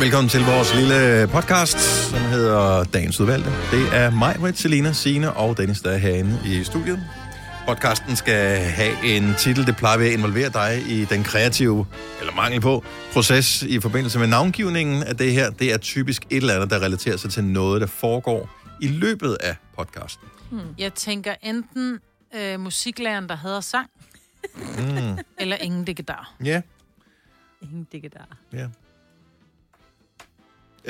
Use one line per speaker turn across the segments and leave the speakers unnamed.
velkommen til vores lille podcast, som hedder Dagens Udvalgte. Det er mig, Britt, Selina, Sine og Dennis, der er herinde i studiet. Podcasten skal have en titel, det plejer vi at involvere dig i den kreative, eller mangel på, proces i forbindelse med navngivningen af det her. Det er typisk et eller andet, der relaterer sig til noget, der foregår i løbet af podcasten.
Hmm. Jeg tænker enten øh, musiklæreren, der hader sang,
Mm.
eller ingen digedar.
Ja,
Ingen digedar.
ja.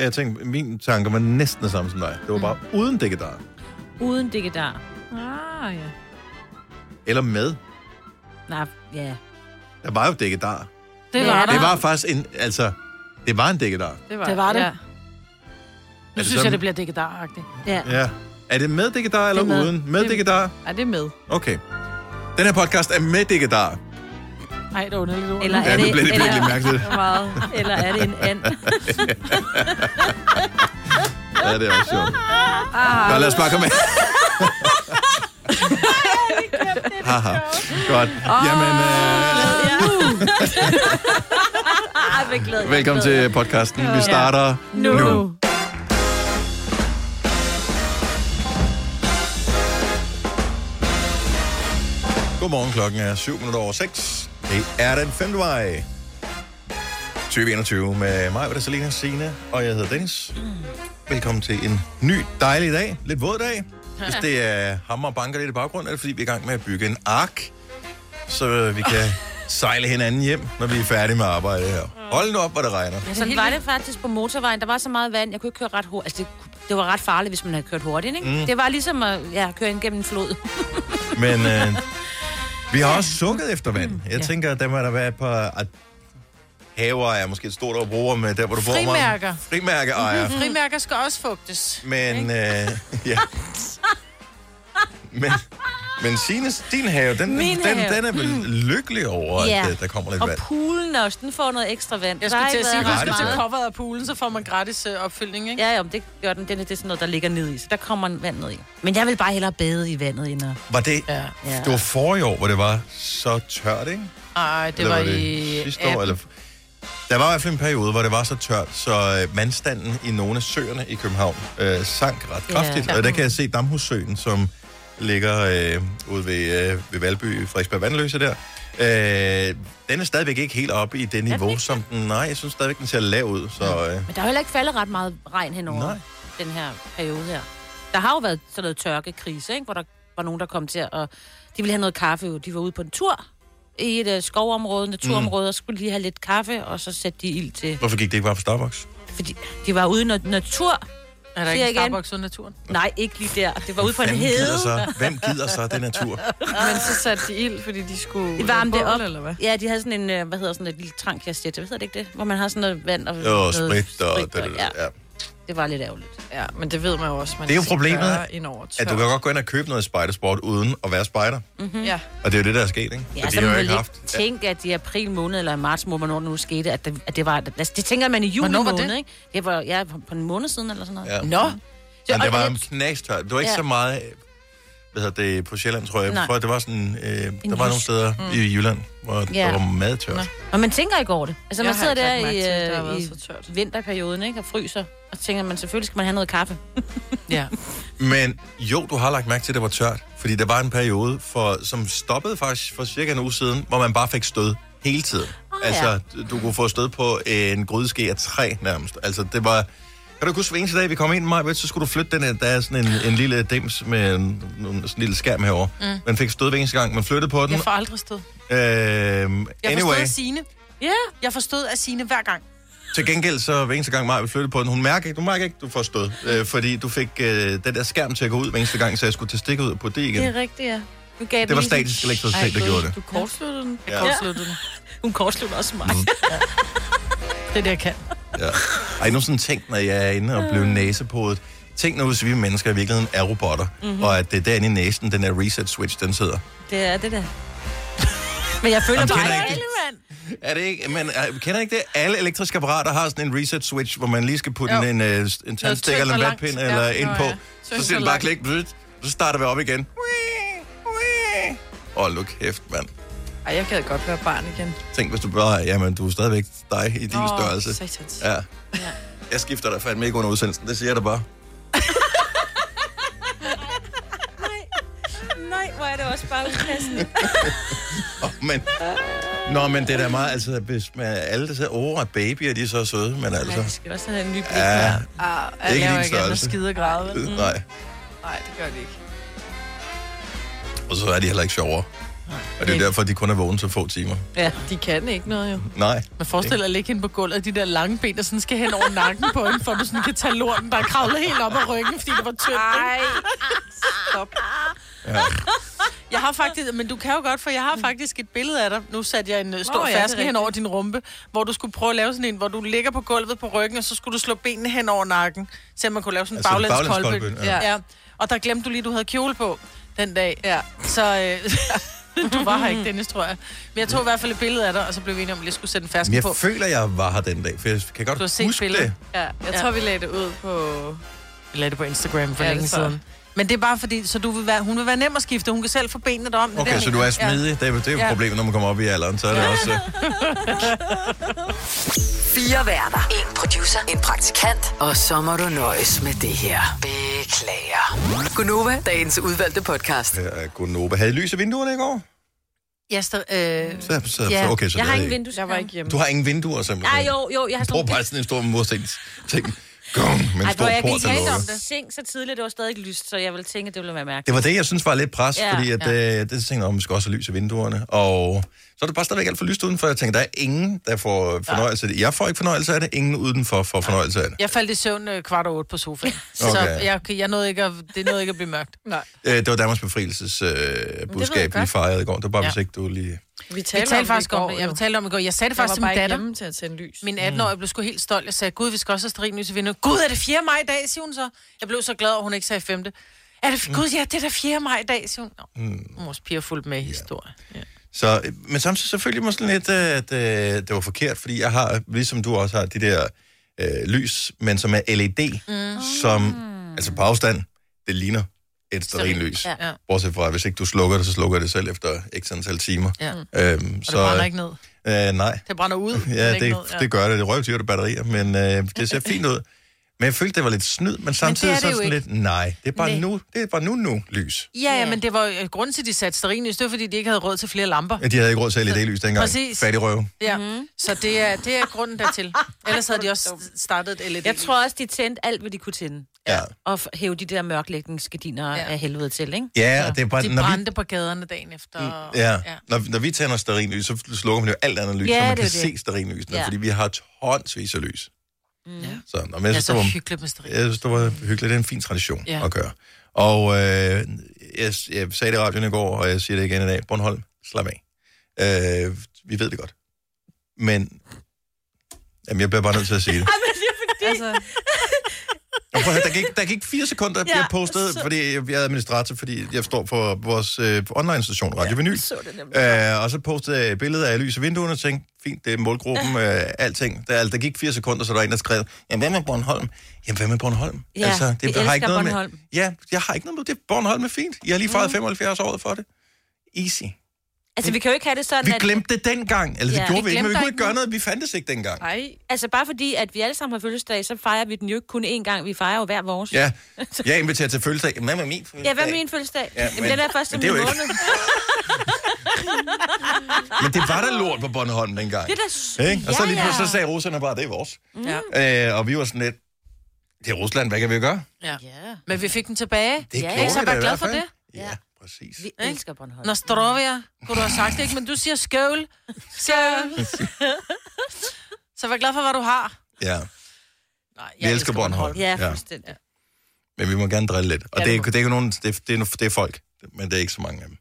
Jeg tænkte, min tanker var næsten det samme som dig. Det var bare uden dækkedar.
Uden digedar. Ah, ja.
Eller med.
Nej, ja.
Der var jo dækkedar.
Det
Ja,
var
det
der.
Det var faktisk en, altså, det var en dækkedar.
det. Var,
Det var det.
Ja. Nu
det
synes
sådan-
jeg, det bliver digedar-agtigt.
Ja.
Ja. Er det med dækkedar eller
Det er med.
uden? Med
Det-
dækkedar?
Er det med?
Okay. Den her podcast er med dækkedar.
Ej, det var underligt ord.
Eller
Ja,
er
nu
det,
blev det
eller,
virkelig mærkeligt.
Meget. Eller er det en and?
Ja, det er også sjovt.
Ah.
Nå, lad os bare komme af. Haha, godt. Jamen, øh,
Ej, hvor glad jeg er.
velkommen til podcasten. Vi starter
Nu.
nu. Godmorgen, klokken er 7 minutter over 6. Det er den 5. maj. 2021 med mig, Britta Salina Sine, og jeg hedder Dennis. Velkommen til en ny dejlig dag. Lidt våd dag. Hvis det er hammer og banker lidt i baggrunden, er det fordi, vi er i gang med at bygge en ark, så vi kan sejle hinanden hjem, når vi er færdige med arbejdet her. Hold nu op, hvor det regner.
Sådan var det faktisk på motorvejen. Der var så meget vand, jeg kunne ikke køre ret hurtigt. Altså, det, det var ret farligt, hvis man havde kørt hurtigt, ikke? Mm. Det var ligesom at ja, køre ind gennem en flod.
Men øh, vi har også sukket efter
Mm,
vand. Jeg tænker, der må der være et par... At haver er måske et stort ord at bruge med der, hvor du bor. Mark.
Frimærker.
Frimærkeejer.
Frimærker skal også fugtes.
Men, øh, ja. Men, men Sines, din have, den,
Min
den,
have. Hmm.
den er vel lykkelig over, at øh, der kommer lidt
og
vand.
poolen også, den får noget ekstra vand.
Jeg
Der
skulle
har
til at
ikke
sige, at
været
hvis man
gratis,
skal
ja.
til coveret af poolen, så får man gratis øh, opfyldning, ikke?
Ja, ja, men det gør den. den er, det er sådan noget, der ligger ned i, så der kommer vand ned i. Men jeg vil bare hellere bade i vandet, end at...
Var det,
Ja.
Ja.
det var forrige år, hvor det var så tørt, ikke?
Ej, det
Eller
var, i...
det sidste år,
appen.
eller... Der var i hvert fald en periode, hvor det var så tørt, så øh, vandstanden i nogle af søerne i København øh, sank ret kraftigt.
Ja.
Og der kan jeg se Damhussøen, som ligger øh, ude ved, øh, ved Valby, Frederiksberg Vandløse der. Øh, den er stadigvæk ikke helt oppe i det niveau, som den... Nej, jeg synes stadigvæk, den ser lav ud, så... Øh,
Men der er heller ikke faldet ret meget regn henover
Nej.
Nej. den her periode her. Der har jo været sådan noget tørkekrise, ikke? hvor der var nogen, der kom til at... De ville have noget kaffe, jo. de var ude på en tur i et uh, skovområde, naturområde, mm. og skulle lige have lidt kaffe, og så satte de ild til...
hvorfor gik det ikke bare på Starbucks?
Fordi de var ude i noget natur.
Er
Siger
der ikke en
igen.
Starbucks uden naturen?
Nej, ikke lige der. Det var ude på en
Hvem
hede.
gider, så, hvem gider så det natur?
Men så satte de ild, fordi de skulle...
De varmede det
bål,
op.
Eller hvad?
Ja, de havde sådan en, øh, hvad hedder sådan et lille trankjastette, hvad hedder det ikke det? Hvor man har sådan noget vand og...
Jo,
noget
sprit og... Det, det,
ja,
ja.
det var lidt ærgerligt.
Ja, men det ved man jo også. Man
Det er jo
skal
problemet,
gøre indover tør.
At du kan godt gå ind og købe noget spidersport uden at være spider.
Ja.
Og det er jo det, der er sket, ikke?
Ja,
For
så
de
man
har jo
vel
ikke
ikke
haft...
tænke, at i april måned eller i marts måned, hvornår det nu skete, at det, at det var... Altså, det tænker man i juli
Hvornår var
måned,
det?
ikke? Det var ja, på på en måned siden eller sådan noget.
Ja.
Nå.
Men
og
det var
et-
knastørt. Det var ikke
Ja.
ja. så meget øh, hvad hedder det, på Sjælland, tror jeg.
Nej.
For det var sådan, øh, der var nogle
jysk.
steder mm. i Jylland, hvor ja.
Ja.
der var meget tørt.
Og man tænker ikke over det. Altså,
Jeg
man
har
sidder
ikke
der
lagt mærke til, at det har
i, øh,
været
i
så tørt.
vinterperioden, ikke? Og fryser. Og så tænker man, selvfølgelig skal man have noget kaffe.
Ja.
Men jo, du har lagt mærke til, at det var tørt. Fordi der var en periode, for, som stoppede faktisk for cirka en uge siden, hvor man bare fik stød hele tiden. Oh,
ja.
altså, du kunne få stød på en grydeske af træ nærmest. Altså, det var... Kan du ikke huske, hver eneste dag, vi kom ind, Maja, så skulle du flytte den her, der er sådan en, en lille dims med en, en, sådan en lille skærm herover. Mm. Man fik stød hver eneste gang, man flyttede på den.
Jeg får aldrig stød.
Øhm,
Jeg
anyway.
forstod af Signe.
Ja.
Jeg forstod af Signe hver gang.
Til gengæld så hver eneste gang Maja flyttede på den, hun mærker ikke, du mærker ikke, du får stød. Øh, fordi du fik øh, den der skærm til at gå ud hver eneste gang, så jeg skulle til stikke ud på det igen.
Det er rigtigt, ja. Du gav
Det var
den lige-
statisk elektricitet, der
Ej,
gjorde det.
Du kort,
Kortsluttede den?
Ja.
Ja. Kortsluttede den.
hun kortslutter også mig.
Mm.
Det er det, jeg kan.
Ja. Ej, nu sådan tænkt, når jeg er inde og
Øh.
bliver næsepodet. Tænk nu, hvis vi mennesker i virkeligheden er robotter,
Mhm.
mm-hmm. og at det er derinde i næsen, den der reset switch, den sidder.
Det er det der. Men jeg føler
Jamen,
bare
kender
ikke...
ikke Er det ikke, men øh, kender ikke det? Alle elektriske apparater har sådan en reset switch, hvor man lige skal putte
Jo.
en, øh, en tandstikker
tyndt
eller en
og langt.
vatpind
Ja.
eller
Nå,
ind
ja.
på.
Tyndt
Så
og
siger den bare
langt.
klik, blut, så starter vi op igen. Åh, oh, look hæft, mand.
Ej, jeg gad godt være barn igen.
Tænk, hvis du bare, jamen, du er stadigvæk dig i din oh, størrelse.
Satans.
Ja. Jeg skifter dig fandme ikke under udsendelsen, det siger jeg da bare.
Nej, hvor er det også bare upassende.
Nå, men, nå, men det er da meget, altså, hvis man, alle der siger, åh, at babyer, de er så søde, men
Nej, de
altså...
skal også have en ny blik.
Ja,
Ja.
Ah, jeg laver
er ikke din
ikke andet
størrelse.
skide græde. vel?
øh, nej.
Nej, det gør de ikke.
Og så er de heller ikke sjovere. Og det er
ikke.
derfor, de kun er vågne så få timer.
ja.
De kan ikke noget, jo.
Nej.
Man forestiller dig at ligge hende på gulvet, og de der lange ben, der sådan skal hen over nakken på hende, for du sådan kan tage lorten, der er kravlet helt op ad ryggen, fordi det var tyndt. ikke?
Nej, stop.
Jeg har faktisk, men du kan jo godt, for jeg har faktisk et billede af dig. Nu satte jeg en øh, stor
Nå,
oh,
ja, det er
fersken hen
rigtigt.
over din rumpe, hvor du skulle prøve at lave sådan en, hvor du ligger på gulvet på ryggen, og så skulle du slå benene hen over nakken, så man kunne lave sådan en
Altså,
altså, baglæns
baglæns
kolbe.
kolbe,
Ja.
ja.
ja. Og der glemte du lige, du havde kjole på den dag.
Ja.
Så øh, du var her ikke, Dennis, tror jeg. Men jeg tog i hvert fald et billede af dig, og så blev vi enige om, at jeg skulle sætte en fersken
Men jeg
på.
føler, jeg var her den dag, for jeg kan godt
Du har set
huske
billedet.
det.
Ja, jeg
Ja.
tror, vi lagde det ud på...
Jeg lagde det på Instagram for
Ja,
ja,
det
længe
tror jeg.
siden. Men det er bare fordi, så du vil være, hun vil være nem at skifte. Hun kan selv få benene derom. Det
Okay,
der
så
hænger.
du er smidig. Det er, det er jo
Ja.
et problem, når man kommer op i alderen. Så er det også... øh,
Fire værter. En producer. En praktikant. Og så må du nøjes med det her. Beklager. Gunova, dagens udvalgte podcast.
Her er Gunnova. Havde I lys i vinduerne i går?
Ja, så, øh,
Så, så,
Ja.
så, okay, så
jeg har
det havde
ingen
I
vindues.
Jeg var ikke hjemme.
Du har ingen vinduer, simpelthen?
Nej, jo, jo, jeg har
Jeg tror
sådan
bare sådan en stor mursten. Tænk, gong, med en
Ej,
stor
hvor jeg
port,
gik
der
helt om
lukker.
det. Seng så tidligt, det var stadig lyst, så jeg ville tænke, at det ville være mærkeligt.
Det var det, jeg synes var lidt pres,
Ja,
ja, fordi at, ja. øh, det tænkte jeg, om man skal også have lys i vinduerne. Og så er det bare stadigvæk alt for lyst udenfor. Jeg tænker, der er ingen, der får fornøjelse af det. Jeg får ikke fornøjelse af det, ingen udenfor får fornøjelse af det.
Jeg faldt i søvn øh, kvart over otte på sofaen. Så
Okay.
jeg, jeg nåede ikke at, det nåede ikke at blive mørkt.
Nej.
Øh, det var Danmarks befrielses øh, budskab, vi
godt.
fejrede i går. Det var bare,
Ja.
hvis ikke du lige...
Vi
Vi
talte,
talte faktisk om det.
Jeg,
Jeg talte om det i går. Jeg sagde det
jeg
faktisk
var bare
til
ikke
min datter.
hjemme til at tænde lys.
Min
Mm.
18-årige blev sgu helt stolt. Jeg sagde, gud, vi skal også have stearinlys i vinduet. Gud, er det 4. maj i dag, siger hun så. Jeg blev så glad, at hun ikke sagde 5. Er det,
Mm.
gud, ja, det er da 4. maj i dag, siger hun. Nå, mors piger er fuldt med i historie. Ja.
Så, øh, men samtidig selvfølgelig må sådan lidt, øh, at øh, det var forkert, fordi jeg har, ligesom du også har, de der øh, lys, men som er LED, mm. som, altså på afstand, det ligner et stearinlys.
Ja.
Ja. Bortset fra, at hvis ikke du slukker det, så slukker det selv efter x antal timer.
Ja.
Øhm,
Og
så,
det brænder ikke ned.
Øh, nej,
Det brænder ud. men
ja,
ikke
det,
ned.
det gør det. Det røvtyrer det batterier, men øh, det ser fint ud. Men jeg følte, det var lidt snyd, men samtidig
det er
så er
det
det
jo
sådan lidt, nej, det er bare
Nej.
nu, det er bare nu nu lys.
Ja, ja, men det var jo- grunden til, at de satte stearinlys, det var, fordi de ikke havde råd til flere lamper.
Men de havde ikke råd til LED-lys dengang.
Præcis.
Fattig røv.
Ja. Mm-hmm. Så det er, det er grunden dertil. Ellers havde de også startet et E LED.
Jeg tror også, de tændte alt, hvad de kunne tænde.
Ja.
Og f- hæve de der mørklægningsgardiner ja.
Ja.
af helvede til, ikke?
Ja, og det er bare,
De
når vi
brændte vi... på gaderne dagen efter. og-
Ja. Når, når vi tænder stearinlys, så slukker man jo alt andet lys,
Ja,
ja, så
det
man kan
er
det.
det.
se stearinlysene,
Ja.
ja. fordi vi har tonsvis af lys. Mm.
Ja.
Så, nå, men
Ja,
jeg, synes,
så
det var,
hyggeligt med stearin.
jeg synes, det var hyggeligt. Det er en fin tradition
Ja.
ja. at gøre. Og øh, jeg, jeg sagde det i radioen i går, og jeg siger det igen i dag. Bornholm, slap af. Øh, vi ved det godt. Men jamen, jeg bliver bare nødt til at sige det.
Altså,
Og prøv at høre, der, gik, der gik fire sekunder, jeg
Ja,
ja, postede,
så-
fordi jeg jeg er administrator, fordi jeg står for vores øh, online-station Radio ja, Vinyl.
Så det nemlig.
Øh, og så postede jeg et billede af lys i vinduerne og tænkte, fint, det er målgruppen, øh, alting. Der, der gik fire sekunder, så der var en, der skrev, jamen hvad med Bornholm? Jamen hvad med Bornholm? Altså,
Ja, vi
jeg
elsker
noget
Bornholm. Mm.
med. Ja, jeg har ikke noget med det. Bornholm er fint. Jeg har lige fejret 75 år for det. Easy.
Altså, vi kan jo ikke have det sådan,
Øh, Vi
at...
glemte det dengang. Eller det
Ja,
gjorde
vi
vi ikke, men vi
glemte
kunne
ikke
ikke gøre noget. Vi fandtes ikke dengang.
nej.
Altså, bare fordi, at vi alle sammen har fødselsdag, så fejrer vi den jo ikke kun én gang. Vi fejrer jo hver vores.
Ja, jeg inviterer til fødselsdag. Jamen, Hvad med min fødselsdag?
Ja, hvad med min fødselsdag?
Ja,
Jamen,
men-
den er først om
men
en
det er jo ikke-
måned.
Men det var da lort på Bornholm dengang.
Det er da... s-
Ikke? Og så
Ja,
lige
ja.
pludselig så sagde russerne bare, det er vores. Ja. Øh, og vi var sådan lidt, det er Rusland, hvad kan vi gøre?
Ja.
Ja.
Men vi fik den tilbage.
Det
Ja,
ja,
ikke?
gjorde
Så
vi
vær
da i
glad
hvert
for
fald.
det.
Ja, præcis.
Vi elsker Bornholm.
Nostrovia, kunne du have sagt det, ikke? Men du siger skål. Skål. Så vær glad for, hvad du har.
Ja,
Nej, jeg
vi elsker Bornholm.
Ja,
Ja.
fuldstændig.
Men vi må gerne drille lidt. Og
Ja,
det,
det
er,
må
det, er ikke nogen, det, er, det, er, det er folk, men det er ikke så mange af dem.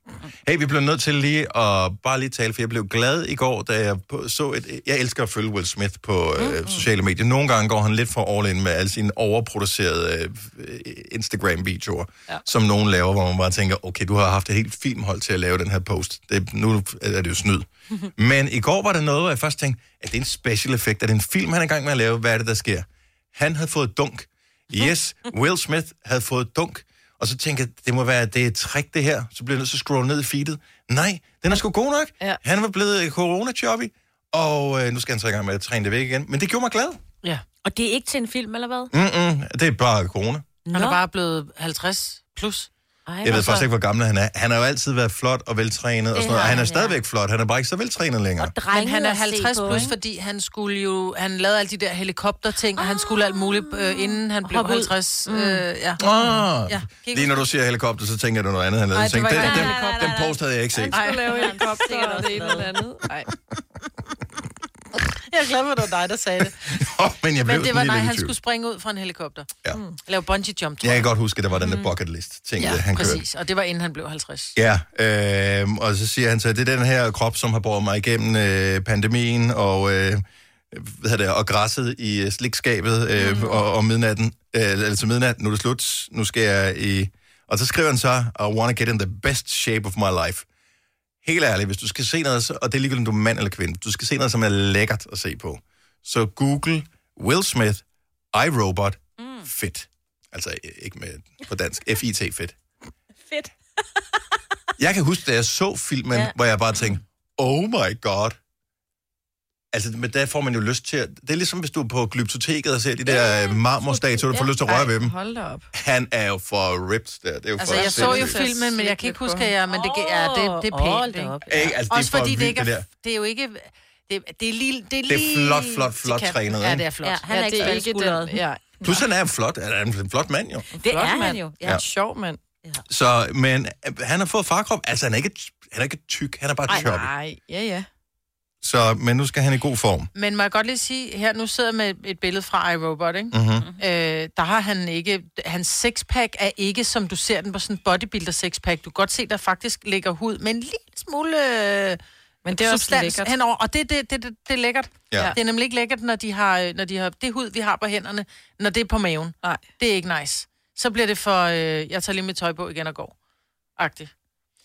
Hey, vi blev nødt til lige at bare lige tale, for jeg blev glad i går, da jeg på- så et... Jeg elsker at følge Will Smith på øh, sociale medier. Nogle gange går han lidt for all in med alle sine overproducerede øh, øh, Instagram-videoer, ja. som nogen laver, hvor man bare tænker, okay, du har haft et helt filmhold til at lave den her post. Det, nu er det jo snyd. men i går var der noget, hvor jeg først tænkte, er det en special effekt? Er det en film, han er i gang med at lave? Hvad er det, der sker? Han havde fået dunk. Yes, Will Smith havde fået dunk. Og så tænkte jeg, det må være, det er et trick, det her. Så bliver jeg nødt til at scrolle ned i feedet. Nej, den er sgu god nok.
Ja.
Han var blevet corona choppy og øh, nu skal han så i gang med at træne det væk igen. Men det gjorde mig glad.
Ja.
Og det er ikke til en film, eller
Mm.
hvad?
Mm-mm, det er bare corona.
Han er bare blevet 50 plus.
Ej,
Jeg ved
altså.
faktisk ikke, hvor gammel han er. Han har jo altid været flot og veltrænet og sådan noget. Og
har
han er
han,
stadigvæk flot. Han er bare ikke så veltrænet længere.
Og drenget
Men han er
at se
50
på,
plus,
ikke?
fordi han skulle jo... Han lavede alle de der helikopterting, og han skulle alt muligt, øh, inden han blev
Hop Ah. ud. Mm.
50. Øh, ja.
Ah,
Ja, kig
lige når du siger helikopter, så tænker du noget andet. Han lavede.
Ej,
Jeg
det var
tænkte, den,
ikke
den,
en helikopter.
den post havde jeg ikke set.
Ej, lave
han
en kopter
sikkert
og
også
det ene og det
lavet.
andet. Ej,
Jeg er glad for, at det var dig, der sagde det.
Oh, men jeg blev
Men det var,
sådan
nej,
lidt
han
i
Mm.
tvivl.
skulle springe ud fra en helikopter.
Ja.
Lave bungee jump, tror
Jeg
jeg.
kan godt huske, at der var den der bucket list ting, ja, han kørte.
Mm. præcis. Og det var, inden han blev 50.
Ja, øh, og så siger han så, at det er den her krop, som har båret mig igennem øh, pandemien og, øh, hvad hedder det, og græsset i øh, slikskabet øh, mm. og, og midnatten, øh, eller til midnat, nu er det slut, nu skal jeg i... Og så skriver han så, I want to get in the best shape of my life. Helt ærligt, hvis du skal se noget, så- og det er ligegyldigt, om du er mand eller kvinde, du skal se noget, som er lækkert at se på. Så Google Will Smith, iRobot, mm. fit. Altså øh, ikke med, på dansk, F-I-T, fit.
Fedt.
Jeg kan huske, da jeg så filmen, ja.
Ja.
hvor jeg bare tænkte, oh my god. Altså, men der får man jo lyst til at... Det er ligesom, hvis du er på glyptoteket og ser de der ja, marmorstatuer, du får lyst til at røre ved dem.
hold da op.
Han er jo for ripped der. Det er jo
Altså,
for
jeg så jo
sindssygt.
sindssygt.
filmen, men jeg kan ikke huske, at jeg... Men det, ja, det, det er
Åh, hold
pænt,
da
ikke?
op.
Ikke? Altså, det
Også
er for
fordi
vildt,
det ikke
det
er...
der.
Det er jo ikke... Det, det er lige... Det er,
er
lige
flot, flot, flot
til kanten.
trænet,
Ja,
ikke?
det er flot.
Ja, han er
Ja,
ikke
det
faldet skulderet.
Ja,
Plus, han er flot. Han er en flot mand, jo.
Det
Flot,
er han
mand.
jo. Ja.
ja. sjov mand.
Så, men øh, han har fået farkrop. Altså, han er ikke, han er ikke tyk. Han er bare
Ej,
chubby.
nej, ja, ja.
Så, men nu skal han i god form.
Men må jeg godt lige sige, her nu sidder jeg med et billede fra iRobot, ikke?
Mhm.
Mm-hmm. Øh, der har han ikke... Hans sixpack er ikke, som du ser den på sådan en bodybuilder sixpack. Du kan godt se, der faktisk ligger hud med en lille smule øh,
Men det er også
substans
lækkert.
henover. Og det, det, det, det, det er lækkert.
Ja.
Det er nemlig ikke lækkert, når de har, øh, når de har det hud, vi har på hænderne, når det er på maven.
Nej.
Det er ikke nice. Så bliver det for, øh, jeg tager lige mit tøj på igen og går. Agtigt.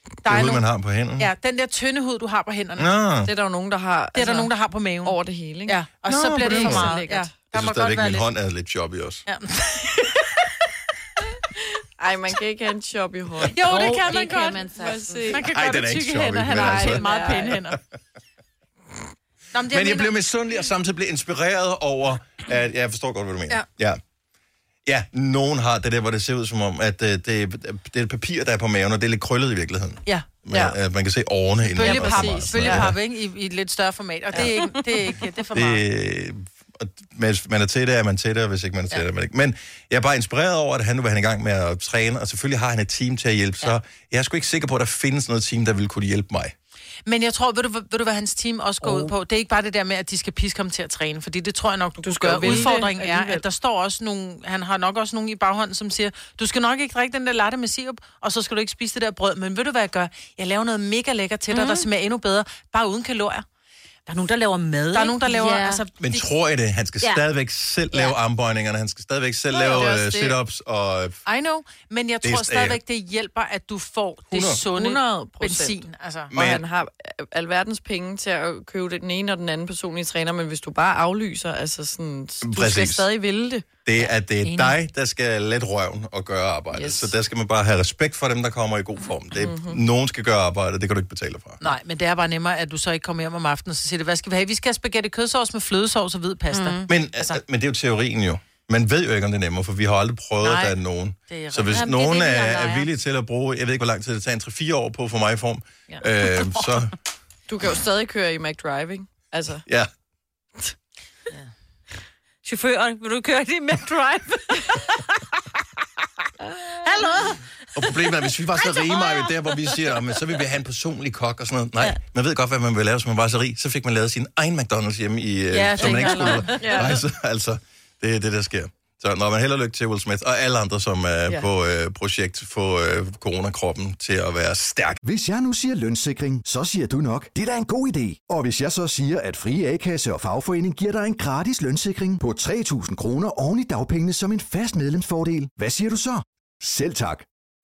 Der
Det
er
er hud, man
nogen,
har på hænderne.
ja, den der tynde hud, du har på hænderne, det
Nå.
Det er der jo nogen, der har altså,
er der nogen, der har på maven.
over det hele, ikke?
Ja, og
Nå,
så bliver
på
det
den
for
måde.
meget. Ja, der
Jeg
må
synes
godt
stadigvæk,
være
min
lidt-
hånd er lidt chubby også.
Ja.
Ej, man kan ikke have en chop i hånden.
Jo, det kan man
det kan
godt.
man
Må jeg
sagtens.
se.
Man kan
Ej,
godt
den er
have
ikke
tykke
sjov,
hænder.
ikke?
Han
Men
har
altså-
helt meget pæne hænder. Nå, men, det,
Men jeg blev misundelig og samtidig blev inspireret over, at jeg forstår godt, hvad du mener.
Ja.
ja. Ja, nogen har det der, hvor det ser ud som om, at øh, det, det er et papir, der er på maven, og det er lidt krøllet i virkeligheden.
Ja.
Men,
Ja.
At man kan se årene inden.
Ja,
Bølgepap,
præcis.
bølgepap, ikke? I, I et lidt større format. Og det er ikke, det er, ikke, det er for meget.
Det, og hvis man er til det, er man til det, og hvis ikke man er til det, er man ikke. Men jeg er bare inspireret over, at han nu vil han i gang med at træne, og selvfølgelig har han et team til at hjælpe, så jeg er sgu ikke sikker på, at der findes noget team, der ville kunne hjælpe mig.
Men jeg tror, ved du, ved du hvad hans team også går oh. ud på? Det er ikke bare det der med, at de skal piske ham til at træne, fordi det tror jeg nok, du, du skal
skal jo
gøre.
vælge
Udfordringen er,
alligevel.
at der står også nogle, han har nok også nogen i baghånden, som siger, du skal nok ikke drikke den der latte med sirup, og så skal du ikke spise det der brød, men ved du hvad jeg gør? Jeg laver noget mega lækker til dig, mm. der smager endnu bedre, bare uden kalorier.
Der er nogen, der laver mad.
Der er nogen, der laver,
Ja.
altså,
Men
de-
tror jeg det? Han skal
Ja.
stadigvæk selv lave armbøjningerne, han skal stadigvæk selv
ja, det er
lave
også
øh,
det.
sit-ups og
I know, men jeg
Det er
tror
st-
stadigvæk, det hjælper, at du får det
100.
sunde
100%.
benzin. Altså.
Og
Men-
han har øh, alverdens penge til at købe den ene og den anden personlige træner, men hvis du bare aflyser, altså sådan, du skal
Præcis.
stadig ville det.
Det er, at det er dig, der skal let røven og gøre arbejdet. Yes.
Yes.
Så der skal man bare have respekt for dem, der kommer i god form. Det er, mm-hmm. Nogen skal gøre arbejdet, det kan du ikke betale for.
Nej, men det er bare nemmere, at du så ikke kommer hjem om aftenen, og så siger det, hvad skal vi have? Vi skal have spaghetti kødsovs med flødesovs og hvid pasta. Mm.
Men, altså. men det er jo teorien jo. Man ved jo ikke, om det er nemmere, for vi har aldrig prøvet,
Nej,
at der er nogen.
det er
så hvis
Jamen, det er
nogen er,
det, vi andre
er
er.
villige til at bruge, jeg ved ikke, hvor lang tid det tager, en 3-4 år på for mig i form, ja. øh, så
Du kan jo stadig køre i McDriving. Altså,
ja.
Chaufføren, vil du køre det med drive? Hallo?
Og problemet er, hvis vi var så rige, Maja, der hvor vi siger, "Nå, men så vil vi have en personlig kok og sådan noget. Nej, ja. man ved godt, hvad man vil lave, hvis man var så rig. Så fik man lavet sin egen McDonald's hjemme, i, ja,
Ja,
som man
det
ikke
kan jeg
skulle. Ja. Nej, så, altså, det er det, der sker. Så når man held og lykke til Will Smith og alle andre, som er ja.
Ja.
på øh, projekt få øh, coronakroppen til at være stærk.
Hvis jeg nu siger lønssikring, så siger du nok, det er da en god idé. Og hvis jeg så siger, at Frie A-kasse og fagforening giver dig en gratis lønssikring på 3.000 kroner oven i dagpengene som en fast medlemsfordel, hvad siger du så? Selv tak.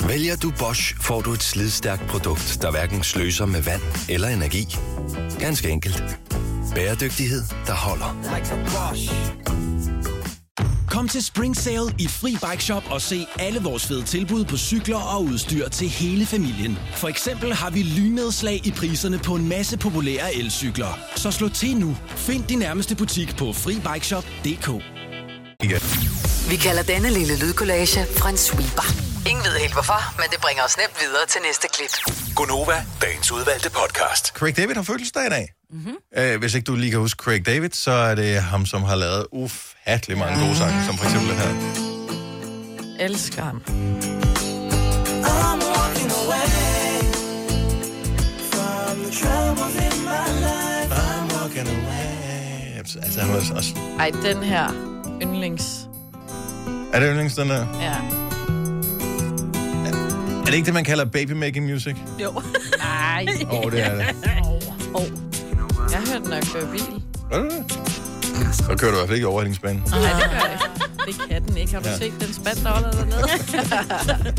Vælger du Bosch, får du et slidstærkt produkt, der hverken sløser med vand eller energi. Ganske enkelt. Bæredygtighed, der holder.
Like a Bosch. Kom til Spring Sale i Fri Bike Shop og se alle vores fede tilbud på cykler og udstyr til hele familien. For eksempel har vi lynedslag i priserne på en masse populære elcykler. Så slå til nu. Find din nærmeste butik på FriBikeShop.dk
Vi kalder denne lille lydkollage Frans sweeper. Ingen ved helt hvorfor, men det bringer os nemt videre til næste klip.
Gonova, dagens udvalgte podcast.
Craig David har fødselsdag i dag. Mm-hmm. Øh, hvis ikke du lige kan huske Craig David, så er det ham, som har lavet ufattelig mange gode sange, som for eksempel den her.
Elsker ham.
I'm walking away from the troubles in my life. I'm walking away.
Altså, han var også- også...
Ej, den her yndlings.
Er det yndlings, den der?
Ja.
Er det ikke det, man kalder baby making music?
Jo.
Nej.
Åh, oh, det er det.
Jeg hørte den, når jeg kører bil.
Er det det? Så kører du i hvert fald ikke i overhængsbanen.
Nej, det gør jeg ikke. Det kan den ikke. Har du
Ja.
ja. set den spand, der holder dernede?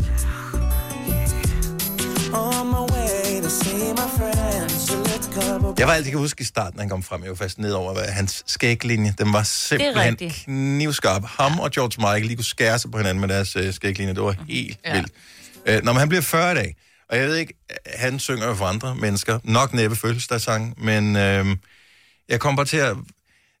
On my way to see my friends. So let's go.
Jeg var altid kan huske i starten, han kom frem, jeg var fascineret over, hvad hans skæglinje, den var simpelthen
rigtigt.
knivskarp. Ham og George Michael, de kunne skære sig på hinanden med deres øh, skæglinje, det var helt ja.
Ja.
vildt. Øh, når han bliver 40 i dag, og jeg ved ikke, øh, han synger jo for andre mennesker, nok næppe fødselsdagssange, men øh, jeg kom bare til at...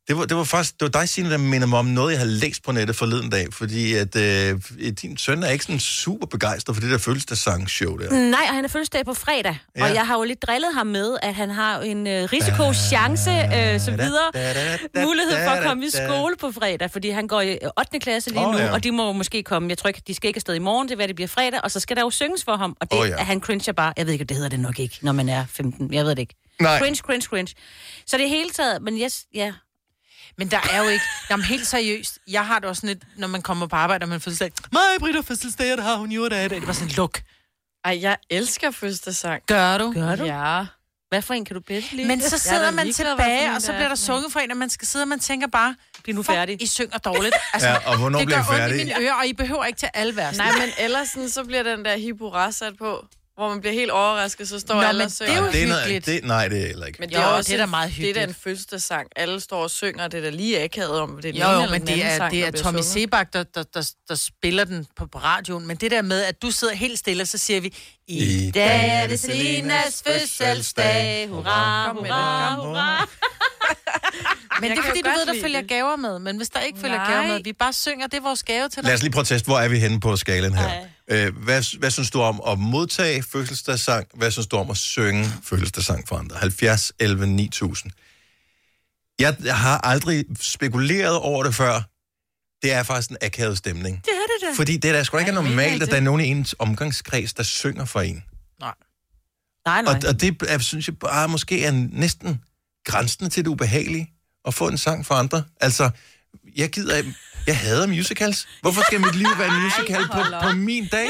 Det var, det var faktisk, det var dig, Signe, der minder mig om noget, jeg havde læst på nettet forleden dag, fordi at øh, din søn er ikke sådan super begejstret for det der fødselsdagssang-show der.
Nej, og han er fødselsdag på fredag. Ja.
Ja.
Og jeg har jo lidt drillet ham med, at han har en øh, risikochance, øh, så videre, mulighed for at komme i skole på fredag, fordi han går i øh, 8. klasse lige
Åh,
nu,
ja.
og de må jo måske komme, jeg tror ikke, de skal ikke afsted i morgen, det er, hvad det bliver fredag, og så skal der jo synges for ham, og det,
Åh,
oh,
ja.
ja. han cringer bare, jeg ved ikke, det hedder det nok ikke, når man er 15, jeg ved det ikke.
Nej.
Cringe, cringe, cringe. Så det er hele taget, men yes, ja.
Men der er jo ikke... Jamen helt seriøst, jeg har det også sådan lidt, når man kommer på arbejde, og man fødselsdag. Nej, Britt har fødselsdag, og det har hun jo i dag. Det var sådan, luk.
Ej, jeg elsker fødselsdagssang.
Gør du?
Gør du?
Ja.
Hvad for en kan du bedst lide?
Men så
Jeg er
sidder
da
man
ligeglad, hvad for
tilbage,
en
og så
det er
bliver der
for en.
sunget for en, og man skal sidde, og man tænker bare,
Bliv nu
fuck,
færdig.
I synger dårligt. Altså,
Ja, og hvornår
det
bliver
gør
I
ondt i
færdige?
mine ører, og I behøver ikke til alle vers.
Nej, men ellers sådan, så bliver den der hip hurra sat på, hvor man bliver helt overrasket, så står
Nå,
alle
men
og
det
synger.
er jo
det er noget,
hyggeligt.
det, nej, det er heller ikke.
Men
Jo, det er da
en-
meget
Det er da en
hyggeligt.
fødselsdagssang. Alle står og synger, og det er da lige akavet om, det er den
Jo,
ene
jo,
eller
men
den
det
anden
er,
sang,
det
der
er
bliver
Tommy
sunget.
Sebak, der, der, der, der spiller den på radioen. Men det der med, at du sidder helt stille, og så siger vi, I dag er det Selinas fødselsdag, hurra, hurra, hurra. Men det er
kan
fordi, du
godt
ved, der
lide
følger
det.
gaver med. Men hvis der ikke følger
Nej.
gaver med, vi bare synger, det er vores gave til
Lad
dig.
os lige prøve at teste, hvor er vi henne på skalaen her. Øh, hvad, hvad synes du om at modtage fødselsdagssang? Hvad synes du om at synge fødselsdagssang for andre? 70, 11, 9000. Jeg har aldrig spekuleret over det før. Det er faktisk en akavet stemning. Det er det da. Fordi det er da sgu da ikke
mega
normalt, at
det.
der er nogen i ens omgangskreds, der synger for en.
Nej.
Nej, nej.
Og, og det er, synes jeg bare måske er næsten grænsen til det ubehagelige at få en sang for andre. Altså, jeg gider... Jeg hader musicals. Hvorfor skal mit liv være en musical
hold
på,
op.
på min dag?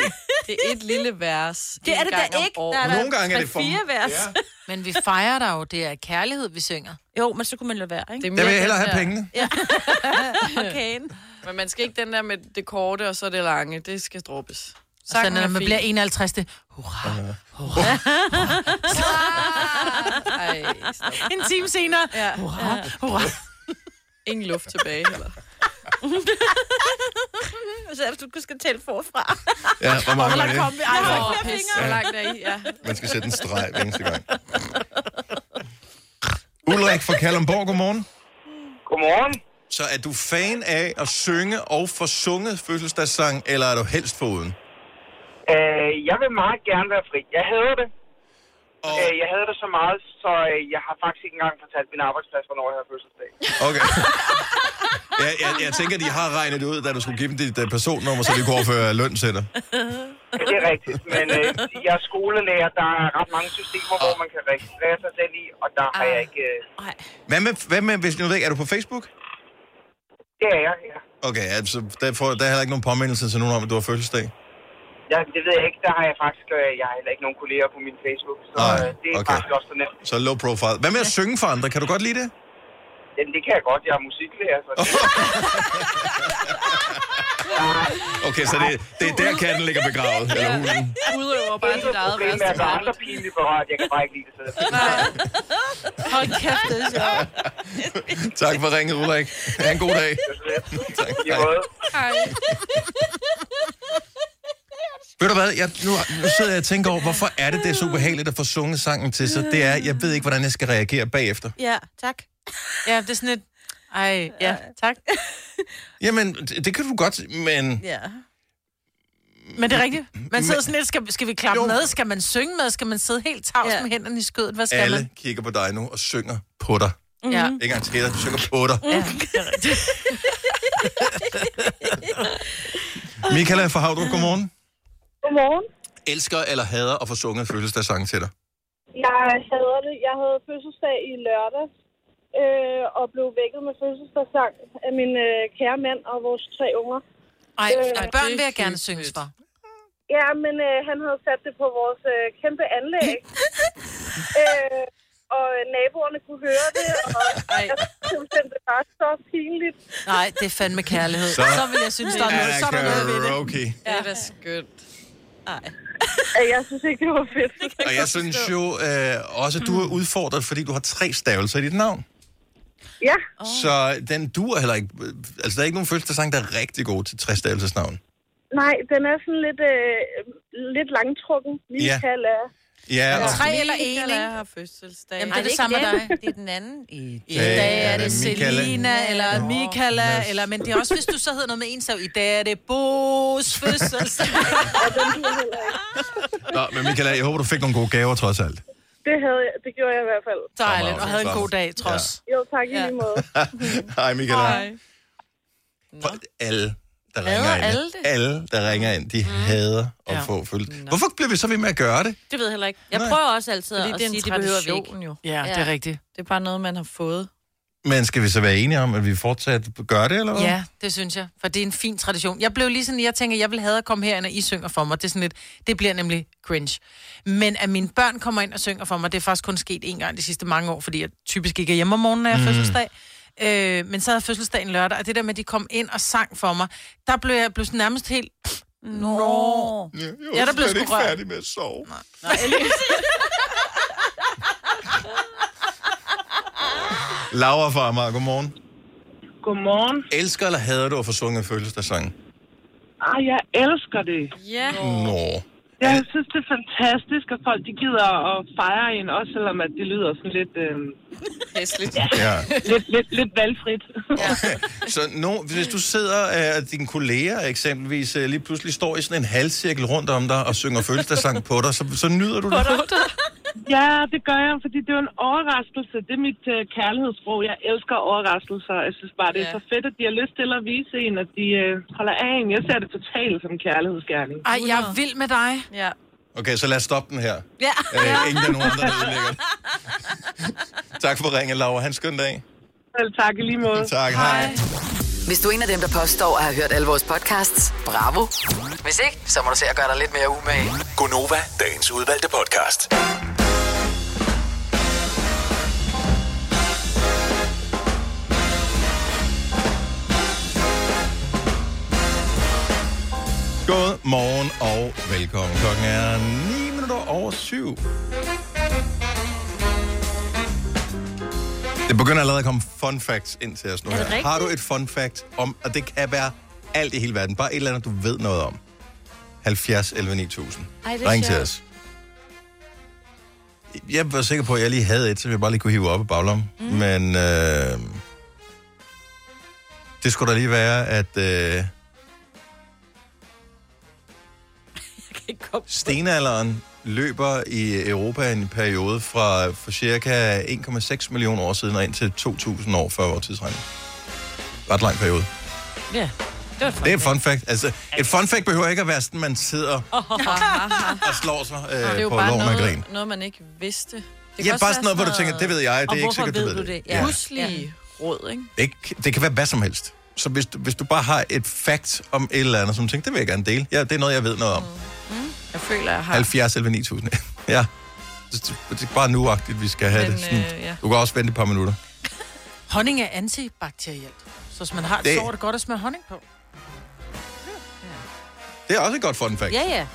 Det er et lille vers.
Det er
en
det
gang
da
om
ikke.
året.
Der er
Nogle gange er det for-
fire vers. Ja.
Men vi fejrer dig jo, det er kærlighed, vi synger.
Jo, men så kunne man lade være, ikke?
er
Der
mere
vil jeg
den
hellere have
der-
pengene.
Okay.
Men man skal ikke den der med det korte, og så det lange. Det skal droppes.
Så
Sangen
når
er
man
fin.
bliver 51, det, hurra.
Ej, stop.
En time senere,
Ja.
hurra, hurra.
Ingen luft tilbage heller.
Så er det, du skal tælle forfra.
Ja, hvor mange er det?
Ej,
hvor
hvor
flere
pis.
fingre.
Hvor langt er I? Ja.
Man skal sætte en streg hver eneste gang. Ulrik fra Kalundborg, godmorgen.
Godmorgen.
Så er du fan af at synge og få sunget fødselsdagssang, eller er du helst foruden?
Øh, jeg vil meget gerne være fri. Jeg hader det.
Og,
Øh, jeg hader det så meget, så øh, jeg har faktisk ikke engang fortalt min arbejdsplads, hvornår jeg har fødselsdag.
okay. Jeg, jeg, jeg tænker, de har regnet det ud, da du skulle give dem dit øh, personnummer, så de kunne overføre løn til dig.
Ja, det er rigtigt, men øh, jeg er skolelærer. Der er ret mange systemer, hvor man kan registrere sig selv i, og der har
Ah.
jeg ikke... Øh,
Hvad med, hvad med hvis nu ved jeg ikke, er du på Facebook?
det er jeg, ja.
Okay, altså, der, får, der er heller ikke nogen påmindelse til nogen om, at du har fødselsdag.
ja. Det ved jeg ikke. Der har jeg faktisk... Øh, jeg har heller ikke nogen kolleger på min Facebook, så
Nej,
øh, det er
okay.
faktisk også så nemt.
Så low profile. Hvad med at synge for andre? Kan du godt lide det?
Den, det kan jeg godt. Jeg er musiklærer, så det,
Okay, så det, det er der, katten ligger begravet. Eller hulen.
Udøver bare dit eget
problemet er, at der er andre pinlige berørt. Jeg kan bare ikke lide det. Så det
Hold kæft, det er sjovt.
Tak for ringet, Ulrik. Ha' en god dag. tak.
er
Hej.
måde.
Ved du hvad, jeg, nu, nu sidder jeg og tænker over, hvorfor er det, det er så ubehageligt at få sunget sangen til sig? Det er, jeg ved ikke, hvordan jeg skal reagere bagefter.
Ja, tak.
Ja, det er sådan et... Ej, ja, tak.
Jamen, det, det kan du godt, men...
Ja.
Men det er rigtigt. Man sidder sådan lidt, skal, skal vi klappe
Jo.
med? Skal man synge med? Skal man sidde helt tavs
Ja.
med hænderne i skødet? Hvad skal
Alle
man? Mm-hmm.
kigger på dig nu og synger på dig.
Ja.
Ikke engang til dig, de synger på dig.
ja, det er rigtigt.
Michaela fra Havdrup, godmorgen.
Godmorgen.
Elsker eller hader at få sunget fødselsdagssange til dig?
Jeg hader det. Jeg havde fødselsdag i lørdags, øh, og blev vækket med fødselsdagssang af min øh, kære mand og vores tre unger.
Ej,
Øh,
øh, børn vil jeg gerne synge for.
Ja, men øh, han havde sat det på vores øh, kæmpe anlæg, øh, og naboerne kunne høre det, og jeg synes, det var så pinligt.
Nej, det er fandme kærlighed.
Så-
Så, så vil jeg synes, der er noget, så er der noget ved det.
okay.
Det er da skønt.
Øh, Jeg synes ikke, det var fedt.
Og jeg synes jo øh, også, at
Mm.
du er udfordret, fordi du har tre stavelser i dit navn.
Ja,
Så den dur heller ikke... Altså, der er ikke nogen fødselsdagssang, der er rigtig god til tre stavelses navn.
nej, den er sådan lidt, øh, lidt langtrukken. Michael er...
Ja, og
Tre eller en,
Michael er
ikke?
her fødselsdag.
Jamen,
Jamen,
det er
Ej,
det
ikke
samme med dig.
Det er den anden. I
I dag
er
er
det
det
Michaela.
Selina, eller Michaela, eller... Men det er også, hvis du så hedder noget med en sav. I dag er det Bo's fødselsdag.
Nå, men Michaela, jeg håber, du fik nogle gode gaver trods alt.
Det, havde jeg, det gjorde jeg i hvert fald.
Dejligt, og havde en god dag, trods.
Jo, tak i lige måde.
Hej, Michaela. Hej. Prøv, alle, der ringer
Hader
ind.
alle det?
alle, der ringer ind, de hader at
Ja.
få følt. Hvorfor bliver vi så ved med at gøre det?
Det ved jeg heller ikke. Jeg
Nej.
prøver også altid
Fordi
at
det er en
sige, det behøver vi ikke.
tradition jo.
Ja, det er rigtigt.
Det er bare noget, man har fået.
Men skal vi så være enige om, at vi fortsat gør det, eller hvad?
Ja, det synes jeg, for det er en fin tradition. Jeg blev lige sådan, jeg tænker, jeg vil have at komme herind, og I synger for mig. Det, er sådan lidt, det bliver nemlig cringe. Men at mine børn kommer ind og synger for mig, det er faktisk kun sket en gang de sidste mange år, fordi jeg typisk ikke er hjemme om morgenen, når jeg har fødselsdag. Øh, men så havde jeg fødselsdagen lørdag, og det der med, at de kom ind og sang for mig, der blev jeg blev sådan nærmest helt... Nå.
Ja,
Ja, der blev sgu rørt.
med at sove. Nej. Laura fra Amager, godmorgen.
Godmorgen.
Elsker eller hader du at få sunget en fødselsdagssang?
Ej, jeg elsker det.
Ja.
Nå.
Jeg
Ja.
synes, det er fantastisk, at folk de gider at fejre en, også selvom at det lyder sådan lidt, øh,
Hæsligt.
Ja.
lidt, lidt, lidt valgfrit.
Okay. Så no, hvis du sidder øh, og dine kolleger eksempelvis øh, lige pludselig står i sådan en halvcirkel rundt om dig og synger fødselsdagssang på dig, så, så nyder du det.
ja, det gør jeg, fordi det er jo en overraskelse. Det er mit øh, kærlighedssprog. Jeg elsker overraskelser. Jeg synes bare, det er
Ja.
så fedt, at de har lyst til at vise en, at de øh, holder af en. Jeg ser det totalt som kærlighedsgærning.
Ej, jeg er vild med dig.
Ja.
Okay, så lad os stoppe den her.
Ja.
Øh, ingen af nogen andre, der ødelægger det. Tak for ringen, Laura. Han skøn dag.
Selv tak i lige måde.
Tak, hej. hej.
Hvis du er en af dem, der påstår at have hørt alle vores podcasts, bravo. Hvis ikke, så må du se at gøre dig lidt mere umage.
Gonova, dagens udvalgte podcast.
God morgen og velkommen. Klokken er 9 minutter over 7. Det begynder allerede at komme fun facts ind til os nu
Er det
her.
rigtigt?
Har du et fun fact om, og det kan være alt i hele verden, bare et eller andet, du ved noget om. 70 11 9000.
Ej, det er
Ring til
sjovt.
os. Jeg var sikker på, at jeg lige havde et, som jeg bare lige kunne hive op i baglommen. Mm. Men øh, det skulle da lige være, at... Øh, Stenalderen løber i Europa en periode fra, fra cirka 1,6 millioner år siden og ind til 2.000 år før vores tidsregning. Ret lang periode.
Ja. Det var
Det er et fun fact. Altså, et fun fact behøver ikke at være sådan, man sidder og slår sig
Det er
øh,
jo
på
bare
loven af grin.
noget, noget, man ikke vidste. Det kan
Ja,
også
bare
være
sådan noget, hvor du tænker, det ved jeg, det
Og
er ikke
hvorfor
sikkert, du
ved
ved
du
det.
det?
Ja.
Ja.
Huslige råd, ikke?
Det, kan- det kan være hvad som helst. Så hvis du, hvis du bare har et fact om et eller andet, som du tænker, det vil jeg gerne dele. Ja, det er noget, jeg ved noget om.
Mm. Jeg føler, jeg har...
70 11 9000. ja. Det det er bare nuagtigt, vi skal have
Men,
det. Sådan.
øh, ja.
Du kan også vente et par minutter.
Honning er antibakteriel. Så hvis man har et
Det-
det... sår, er det godt at smøre honning på.
Det er også et godt fun fact.
Ja, ja.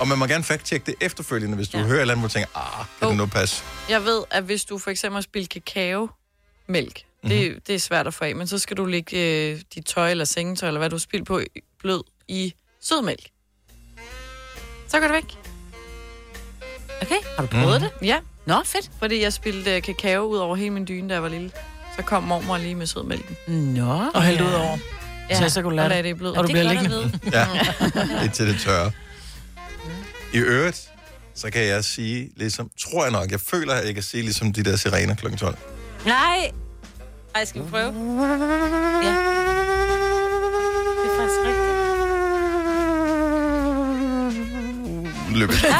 Og man må gerne fact-tjekke det efterfølgende, hvis du ja. hører et eller andet, hvor du tænker, ah, kan oh. det nu passe?
Jeg ved, at hvis du for eksempel har spildt kakao-mælk, det,
Mhm.
mm-hmm. det er svært at få af, men så skal du lægge øh, dit tøj eller sengetøj, eller hvad du har spildt på, i- blød i sødmælk. Så går det væk. Okay,
har du prøvet Mhm.
Ja.
Nå, fedt.
Fordi jeg spildte øh, kakao ud over hele min dyne, da jeg var lille. Så kom mormor lige med sødmælken.
Nå.
Og hælde ud over.
Ja.
Så så kunne lade
Og lad det i blød.
Og du
Ja,
bliver
det er
liggende.
godt at
Ja, indtil det tørre. I øvrigt, så kan jeg sige, ligesom, tror jeg nok, jeg føler, at jeg kan sige, ligesom de der sirener kl. 12.
Nej. Ej, skal vi prøve? Ja. Det er faktisk rigtigt.
Løb et
Ah,
stykke.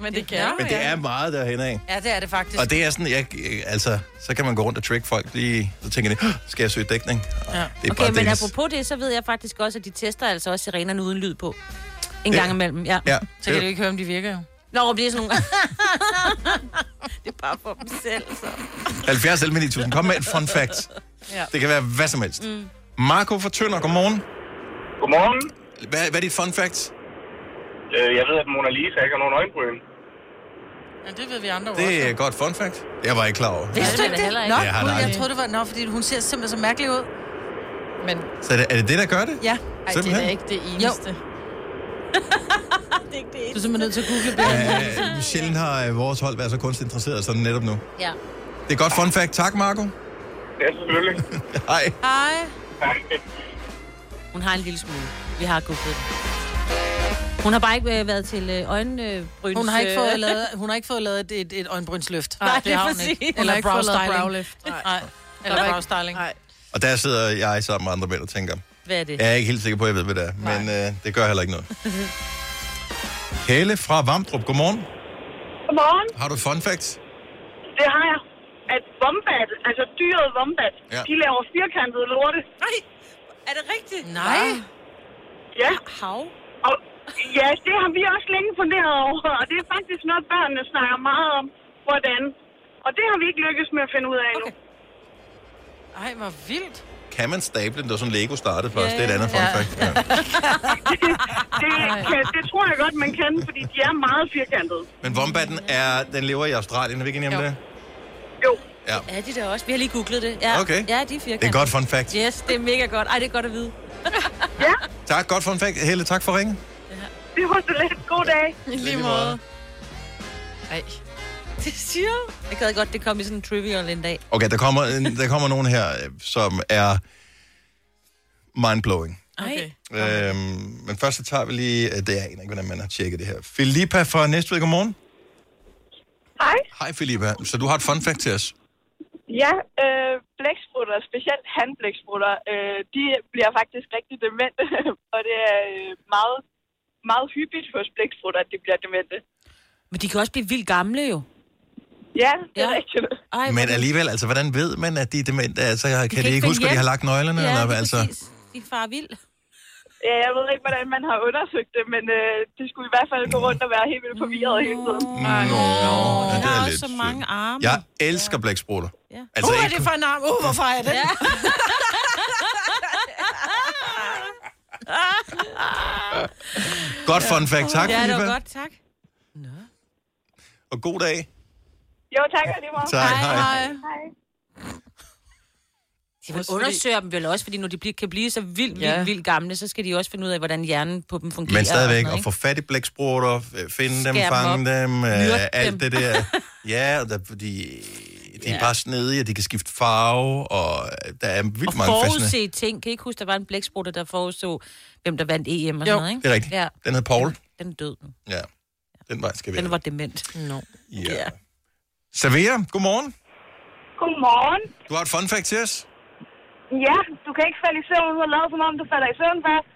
Men det kan
Men det er meget derhen
Altså-
af.
Ja, det er det faktisk.
Og det er sådan, jeg, altså, så kan man gå rundt og trick folk lige, så tænker de, "Hå, skal jeg søge dækning?
Ja.
Det er bare
Okay, men
Dennis.
apropos det, så ved jeg faktisk også, at de tester altså også sirenerne uden lyd på. En
Ja.
gang imellem, ja.
Ja.
Så kan du ikke høre, om de virker jo.
Nå, det er sådan nogle... det er bare for dem selv, så.
70 11 9000. Kom med et fun fact.
Ja.
Det kan være hvad som helst.
Mm.
Marco fra Tønder, godmorgen.
Godmorgen.
Hvad, hvad er dit fun fact?
Øh, jeg ved, at Mona Lisa ikke har nogen øjenbryn.
Ja, det ved vi andre også.
Det er et godt fun fact. Jeg var ikke klar over.
Vidste du
det
ikke
er
det?
heller
Nå,
ikke.
Jeg har
gud,
det
jeg
aldrig.
troede, det var... Nå, fordi hun ser simpelthen så mærkelig ud.
Men...
Så er det, er det det, der gør det?
Ja.
Ej, det er da Simpelthen. ikke
det
eneste. Jo.
det er ikke det
Du er simpelthen nødt til at google billedet.
Ja, sjældent har øh, vores hold været så kunstigt interesseret sådan netop nu.
Ja.
Det er et godt fun fact. Tak, Marco.
Ja, selvfølgelig.
Hej.
Hej. Hun har en lille smule. Vi har googlet det. Hun har bare ikke øh, været til øh, øjenbryns...
Hun har ikke
øh,
fået lavet, hun har ikke fået lavet et, et, et øjenbrynsløft.
Nej, det er
har hun
præcis.
ikke.
Hun har
Eller
ikke fået
brow
lavet
styling.
browlift.
Nej. Nej. Eller brow styling. Nej.
Og der sidder jeg sammen med andre mænd og tænker,
Hvad er det?
jeg er ikke helt sikker på, at jeg ved, hvad det er, men øh, det gør heller ikke noget. Helle fra Vamdrup, godmorgen.
Godmorgen.
Har du et fun fact?
Det har jeg. At wombat, altså dyret wombat,
Ja.
ja. de laver firkantede lorte.
Nej, er det rigtigt?
Nej. Ja.
Hav?
Og, ja, det har vi også længe funderet over, og det er faktisk noget, børnene snakker meget om, hvordan. Og det har vi ikke lykkes med at finde ud af endnu.
Ej, hvor vildt.
Kan man stable den? Det var sådan, Lego startede
Ja,
først. Det er et andet fun
ja.
fact. Ja.
det, kan, det tror jeg godt, man kan, fordi de er meget firkantede.
Men Wombatten er, den lever i Australien, er vi ikke enige om det?
Jo.
Ja.
Er de der også? Vi har lige googlet det. Ja,
Okay.
ja de er firkantede.
Det er et godt fun fact.
Yes, det er mega godt. Ej, det er godt at vide.
Tak, godt fun fact. Helle, tak for ringen.
Det var så lidt. God dag.
I lige
måde.
Ej.
Det siger Jeg gad godt, det kom i sådan en trivial en dag.
Okay, der kommer, en- der kommer nogen her, øh, som er mind-blowing.
Okay.
Øhm, men først så tager vi lige... øh, Det er en, ikke, hvordan man har tjekket det her. Filippa fra Næstved, godmorgen.
Hej.
Hej, Filippa. Så du har et fun fact til os.
Ja, øh, blæksprutter, specielt handblæksprutter, øh, de bliver faktisk rigtig demente, og det er øh, meget, meget hyppigt hos blæksprutter, at de bliver demente.
Men de kan også blive vildt gamle jo.
Ja, det er ja. rigtigt.
Ej,
Men alligevel, altså, hvordan ved man, at de er demente? Altså, kan, kan de
ikke
ikke huske,
finde
at de har
hjem.
lagt nøglerne?
Ja,
eller,
lige
hvad, altså,
De er far vild.
Ja, jeg ved ikke, hvordan man har undersøgt det, men øh, de skulle i hvert fald gå rundt og være helt vildt forvirret hele tiden.
Mm. Nå, ja, det er lidt...
Så mange arme.
Jeg elsker blæksprutter.
Ja.
Altså,
uh, er
ikke
det for en arm? Uh, hvorfor er jeg den? Ja.
Godt fun fact. Tak,
Ja, det var
Filippa.
godt, tak.
Og god dag.
Jo, tak og lige meget.
Tak, hej.
hej.
hej.
De vil undersøger dem vel også, fordi når de bliver- kan blive så vildt, vildt,
Ja.
vildt gamle, så skal de også finde ud af, hvordan hjernen på dem fungerer.
Men stadigvæk
og
at få fat i blæksprutter, f- finde dem,
Skær dem
fange
op.
dem, øh,
Myrd
alt
dem.
det der. Ja, og der, fordi de er bare snedige, og de kan skifte farve, og øh, der er vildt
og
mange
forudse ting. Kan I ikke huske, der var en blæksprutte, der forudså, hvem der vandt EM og sådan noget, ikke?
Det er rigtigt.
Ja,
Den hed Paul.
den er død nu.
Ja, den vej skal vi.
Den var dement. No.
Ja. ja. Servera, godmorgen.
Godmorgen.
Du har et fun fact til os.
Ja, du kan ikke falde i søvn uden at lade, som om du falder i søvn først.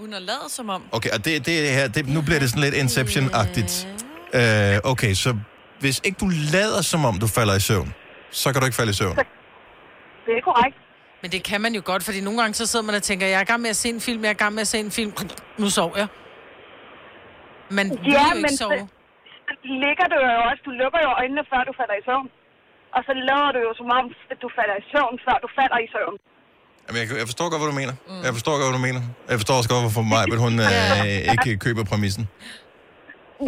Hun har lavet som om.
Okay, og det, det her, det, nu bliver det sådan lidt Inception-agtigt. Øh, okay, så hvis ikke du lader som om, du falder i søvn, så kan du ikke falde i søvn.
Det er korrekt.
Men det kan man jo godt, fordi nogle gange så sidder man og tænker, jeg er i gang med at se en film, jeg er i gang med at se en film, nu sover jeg. Man vil
Ja,
jo ikke
men
sove.
det- ligger du jo også. Du lukker jo øjnene, før du falder i søvn.
og så lader du jo som om, at du falder i søvn, før du falder i søvn.
Jamen, jeg, kan- jeg forstår godt, hvad du mener. Mm. Jeg forstår godt, hvad du mener. Jeg forstår også godt, hvorfor mig, men hun øh, ikke køber præmissen.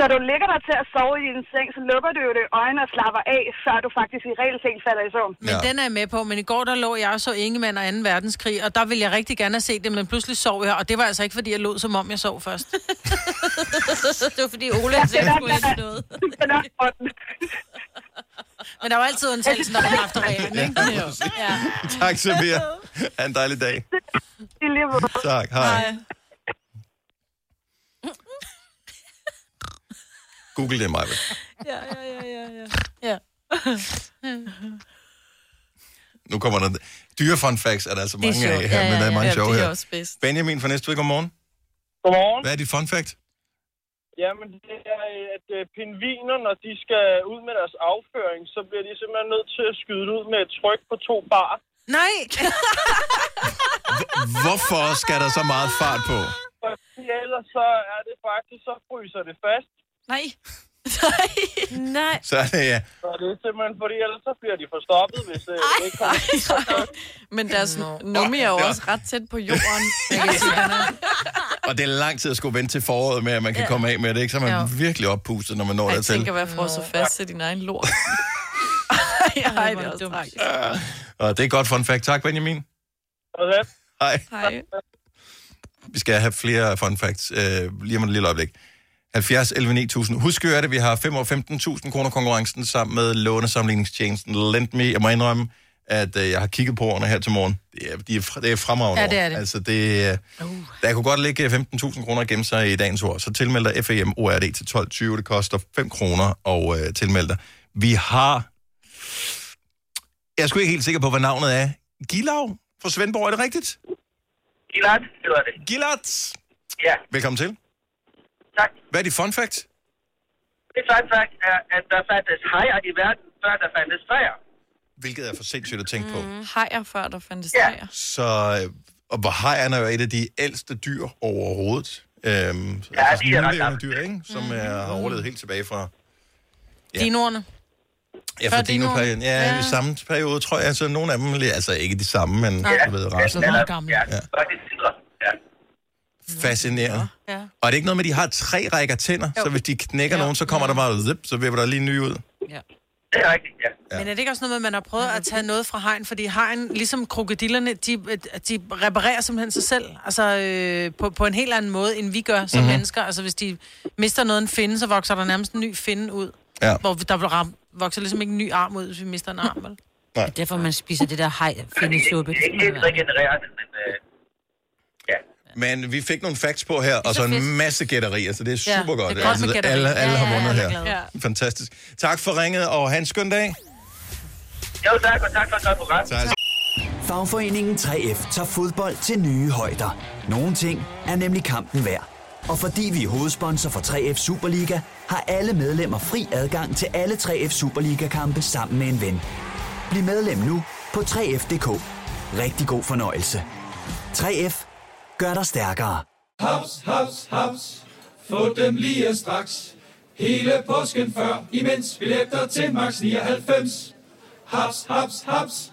Når du ligger dig til at sove i din seng, så lukker du jo det øjne og slapper af, før du faktisk i regelseng falder i søvn.
Men ja. den er jeg med på, men i går der lå jeg og så Ingemann og 2. verdenskrig, og der ville jeg rigtig gerne have set det, men pludselig sov jeg, og det var altså ikke, fordi jeg lå, som om jeg sov først.
det var fordi Ole altså ikke skulle ind i noget.
men der var altid undtagelsen, når man har haft reglen, ikke? Ja.
tak, Samir. Ha' en dejlig dag.
I lige måde.
Tak, hej. hej. Google det, Maja.
Ja, ja, ja, ja,
ja.
Nu kommer der... Dyre fun facts er der altså
Det er
mange
sjovt.
af her,
Ja, ja,
men der er
ja.
mange
Ja,
sjove
det er
her.
også bedst.
Benjamin fra Næstved, godmorgen.
Godmorgen.
Hvad er dit fun fact?
Jamen, det er, øh, at øh, pingviner, når de skal ud med deres afføring, så bliver de simpelthen nødt til at skyde det ud med et tryk på to bar.
Nej!
Hvorfor skal der så meget fart på?
Fordi ellers så er det faktisk, så fryser det fast.
Nej. Nej. Nej.
Så er det, ja.
Så det er simpelthen fordi, ellers så bliver de forstoppet, hvis øh, det ikke kommer.
Men deres nummi er jo også ret tæt på jorden. Jeg kan sige, den er-
Og det er lang tid at skulle vente til foråret med, at man kan
Ja.
komme af med det, ikke? Så er man
Ja.
virkelig oppustet, når man når
Ej,
dertil.
tænk at være frosset fast til din egen lort. Ej, ej, det er også tragisk.
Og det er et godt fun fact. Tak, Benjamin. Hej.
Hej.
Vi skal have flere fun facts øh, lige om et lille øjeblik. 70 11 9000. Husk at gøre det, vi har 5 og 15.000 kroner konkurrencen sammen med lånesamligningstjenesten LendMe. Jeg må indrømme, at øh, jeg har kigget på ordene her til morgen. Det er, de er, fre- det er fremragende
Ja, det er
ord.
det.
Altså, det, øh, uh. Der kunne godt ligge 15.000 kroner at gemme sig i dagens ord. Så tilmeld dig E FAM ORD til 12.20. Det koster 5 kroner at øh, tilmelde dig. Vi har... Jeg er sgu ikke helt sikker på, hvad navnet er. Gilav fra Svendborg, er det rigtigt?
Gilad, det var det.
Gilad!
Ja.
Velkommen til.
Tak.
Hvad er dit fun fact?
Det fun fact er, at der fandtes hajer i verden, før der fandtes træer.
Hvilket er for sindssygt at tænke mm. på.
Hajer før, der fandtes ja.
Så, øh, og hvor hajerne er jo et af de ældste dyr overhovedet. Øhm, ja, altså,
de er ret
mulelevende
gamle.
dyr, ikke? Som mm. er, har overlevet helt tilbage fra... Ja.
Dinoerne.
Ja,
Før
fra
dinoen.
dinoperioden. Ja, ja, i samme periode, tror jeg. Altså, nogle af dem, altså ikke de samme, men
Nej.
du
Ja,
ved, resten.
de er meget gamle.
Ja, Fascinerende.
Ja.
Og er det ikke noget med, at de har tre rækker tænder, så hvis de knækker nogen, så kommer der bare zip, så vipper der lige en ny ud.
Det er rigtigt, ja.
Ja. Men er det ikke også noget med, at man har prøvet at tage noget fra hegn? Fordi hegn, ligesom krokodillerne, de, de reparerer simpelthen sig selv. Altså øh, på, på en helt anden måde, end vi gør som
Mhm.
mm-hmm. mennesker. Altså hvis de mister noget en finde, så vokser der nærmest en ny finde ud.
Ja.
Hvor der vil ram, vokser ligesom ikke en ny arm ud, hvis vi mister en arm, vel?
Nej.
Derfor man spiser det der hej findesuppe. Det
Ikke helt regenererende, men... Øh,
Men vi fik nogle facts på her, og så en masse gætterier, så det er
Ja,
super
det er
godt.
godt med gætterier.
alle,
Ja,
alle
ja,
har vundet
alle
her.
er glade.
Fantastisk. Tak for ringet, og have en skøn dag.
Jo, tak, og tak for et godt program.
Tak.
Fagforeningen 3F tager fodbold til nye højder. Nogle ting er nemlig kampen værd. Og fordi vi er hovedsponsor for 3F Superliga, har alle medlemmer fri adgang til alle 3F Superliga-kampe sammen med en ven. Bliv medlem nu på 3F.dk. Rigtig god fornøjelse. 3F gør dig stærkere.
Haps, haps, haps. Få dem lige straks. Hele påsken før, imens billetter til max 99. Haps, haps, haps.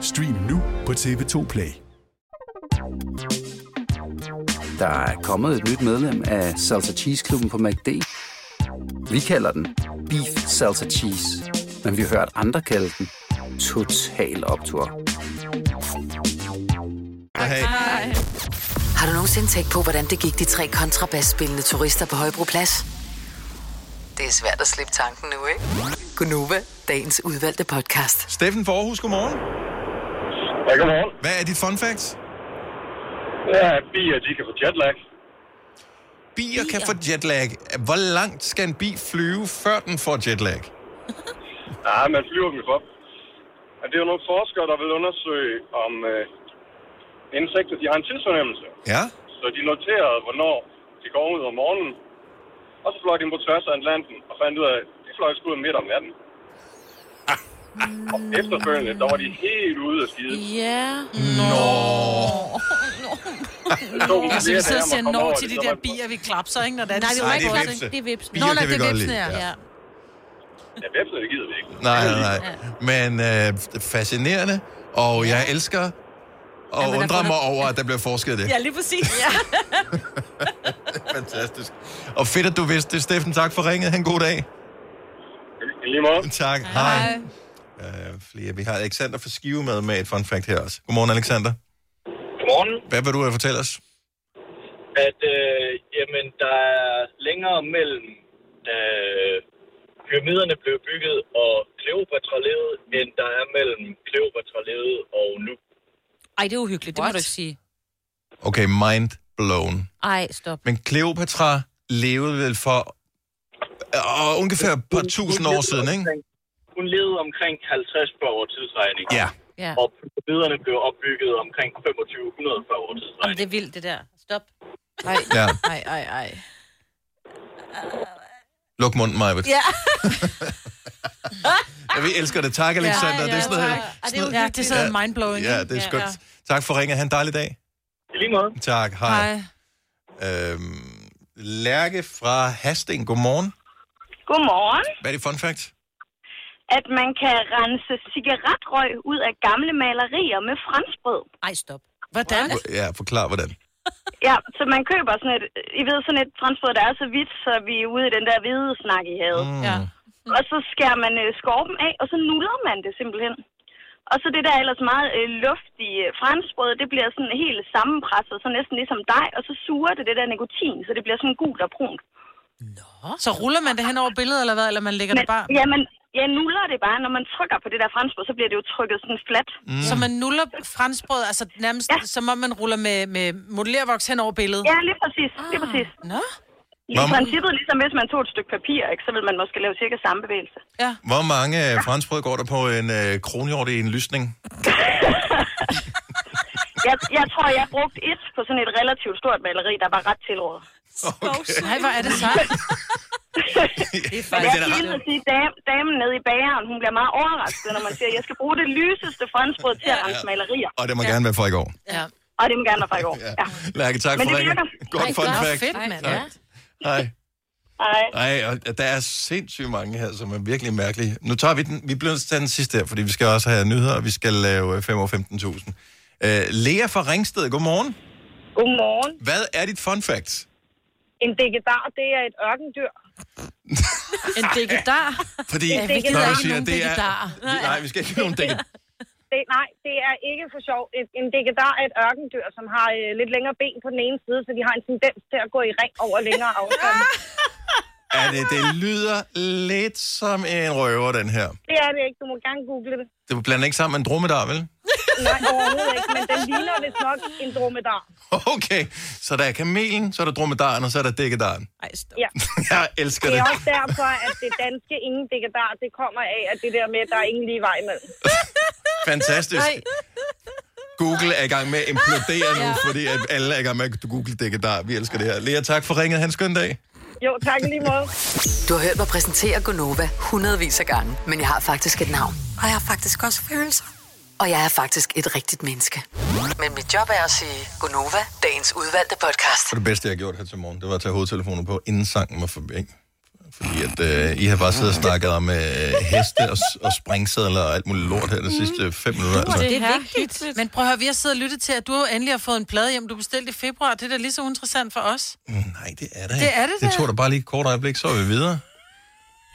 Stream nu på TV2 Play.
Der er kommet et nyt medlem af Salsa Cheese Klubben på MACD. Vi kalder den Beef Salsa Cheese, men vi har hørt andre kalde den Total Optor.
Hej.
Har du nogensinde tænkt på, hvordan det gik de tre kontrabasspillende turister på Højbroplads? Det er svært at slippe tanken nu, ikke? Gunova, dagens udvalgte podcast.
Steffen for Aarhus, godmorgen.
Ja, godmorgen.
Hvad er dit fun fact?
Ja, bier, de kan få jetlag.
Bier kan få jetlag. Hvor langt skal en bi flyve, før den får jetlag?
Nej, man flyver dem jo op. at det er jo nogle forskere, der vil undersøge, om øh, insekter de har en tidsfornemmelse.
Ja.
Så de noterede, hvornår de går ud om morgenen, og så fløj de på tværs af Atlanten og fandt ud af, at de fløj sgu ud midt om natten. Og efterfølgende, der var de helt ude af skide.
Ja.
Nå.
Og så vi sidder og Altså, siger no til de der bier, vi klapser, ikke? Når det er,
Nej, det var
Nej,
ikke
det er
vores,
vepse.
det er vipsen.
Nå,
Bier
nej,
kan vi
det er
godt
vipsen,
lide,
ja.
ja.
ja.
Ja, vepsene, det gider vi ikke.
Nej, nej, nej. Men øh, fascinerende, og jeg elsker og
men
ja,
der
undrer
får
mig over, at der bliver forsket i det.
Ja, lige præcis. Ja.
Fantastisk. Og fedt, at du vidste det, Steffen. Tak for ringet. Ha' en god dag.
I lige måde.
Tak. Hej. Hej. Øh, flere. Vi har Alexander fra Skive med med et fun fact her også. Godmorgen, Alexander.
Godmorgen.
Hvad vil du øh, fortælle os?
At øh, jamen, der er længere mellem, da pyramiderne blev bygget og Kleopatra levede, end der er mellem Kleopatra levede og nu.
Ej, det er uhyggeligt, det må du ikke sige.
Okay, mind blown.
Ej, stop.
Men Kleopatra levede vel for øh, og ungefær et par tusind år siden, ikke?
Hun levede omkring 50 før år tidsregning.
Ja.
Ja.
Og pyramiderne blev opbygget omkring 2500 før år tidsregning.
Om det er vildt, det der. Stop.
Ej,
Ja.
ej, ej, ej.
Luk munden, Majbet.
Ja.
Ja, vi elsker det. Tak, Alexander.
Ja,
det er sådan
tak.
noget,
Ej, det er jo- ja, det er sådan noget mindblowing,
Ja,
ikke?
det er
Ja.
skønt. Tak for ringet. Ha' en dejlig dag.
I lige måde.
Tak. Hej. hej. Øhm, Lærke fra Hasting. Godmorgen.
Godmorgen.
Hvad er det fun fact?
At man kan rense cigaretrøg ud af gamle malerier med franskbrød.
Ej, stop.
Hvordan?
Ja, forklar hvordan.
Ja, så man køber sådan et, I ved, sådan et franskbrød, der er så hvidt, så vi er ude i den der hvide snak, I havde.
Mm.
Ja. Og så skærer man øh, skorpen af, og så nuller man det simpelthen. Og så det der ellers meget øh, luftige franskbrød, det bliver sådan helt sammenpresset, så næsten ligesom dig, og så suger det det der nikotin, så det bliver sådan gult og brunt.
Så ruller man det hen over billedet, eller hvad? Eller man lægger det bare...
Ja, men jeg nuller det bare. Når man trykker på det der franskbrød, så bliver det jo trykket sådan fladt.
Mm. Så man nuller franskbrød, altså nærmest ja. som om man ruller med, med modellervoks hen over billedet.
Ja, lige præcis. Ah. Lige præcis.
Nå?
I
Hvor-
princippet, ligesom hvis man tog et stykke papir, ikke, så vil man måske lave cirka samme bevægelse.
Ja.
Hvor mange øh, franskbrød går der på en øh, kronhjort i en lysning?
Jeg, jeg tror, jeg brugte et på sådan et relativt stort maleri, der var ret tilrådet.
Okay. Nej, hvor er det sejt.
Men jeg
Men den er
skal
ret-
lige at sige, dam, damen nede i bageren, hun bliver meget overrasket, når man siger, jeg skal bruge det lyseste franskbrød til at rense malerier.
Og det må gerne være fra i går.
Ja. Og det må gerne være fra i går. Ja.
Lærke, tak
Men
for
det
ringen.
virker.
Godt
Ej,
fun
godt.
fact.
Fedt, mand.
Tak.
Ja.
Hej.
Hej.
Ej, og der er sindssygt mange her, som er virkelig mærkelige. Nu tager vi den. Vi bliver nødt til at tage den sidste her, fordi vi skal også have nyheder, og vi skal lave 5 år 15.000. Øh, Lea fra Ringsted, godmorgen.
Godmorgen.
Hvad er dit fun fact?
En digedar, det er et ørkendyr.
en digedar?
Fordi, når du siger, det er... Vi- Nej, vi skal ikke have nogen dække.
Det, nej, det er ikke for sjov. Et, en digedar er et ørkendyr, som har øh, lidt længere ben på den ene side, så de har en tendens til at gå i ring over længere afstand.
Er det, det lyder lidt som en røver, den her.
det er det ikke. Du må gerne google det.
Det blander ikke sammen med en dromedar, vel?
Nej, overhovedet ikke, men den ligner vist nok en dromedar.
Okay, så der er kamelen, så er der dromedaren, og så er der dækkedaren.
Ja.
Jeg elsker
Det
det.
er også derfor, at det danske ingen digedar, det kommer af, at det der med, at der er ingen lige vej imellem.
Fantastisk. Google er i gang med at implodere nu,
Ja.
fordi at alle er i gang med at google dækkedar. Vi elsker det her. Lea, tak for ringet. Han skøn dag.
Jo, tak i lige måde.
Du har hørt mig præsentere Gonova hundredvis af gange, men jeg har faktisk et navn. Og jeg har faktisk også følelser. Og jeg er faktisk et rigtigt menneske. Men mit job er at sige Gonova, dagens udvalgte podcast.
Det var det bedste, jeg har gjort her til morgen, det var at tage hovedtelefonen på, inden sangen var forbi. ikke? Fordi at, øh, I har bare siddet og snakket om øh, heste og, s- og springsedler og alt muligt lort her de sidste fem minutter. Altså.
Mm. Det er vigtigt. Men prøv at høre, vi har siddet og lyttet til, at du endelig har fået en plade hjem, du bestilte i februar. Det er da lige så interessant for os.
Nej, det er det.
Det er det
Det
da.
tog da bare lige et kort øjeblik, så er vi videre.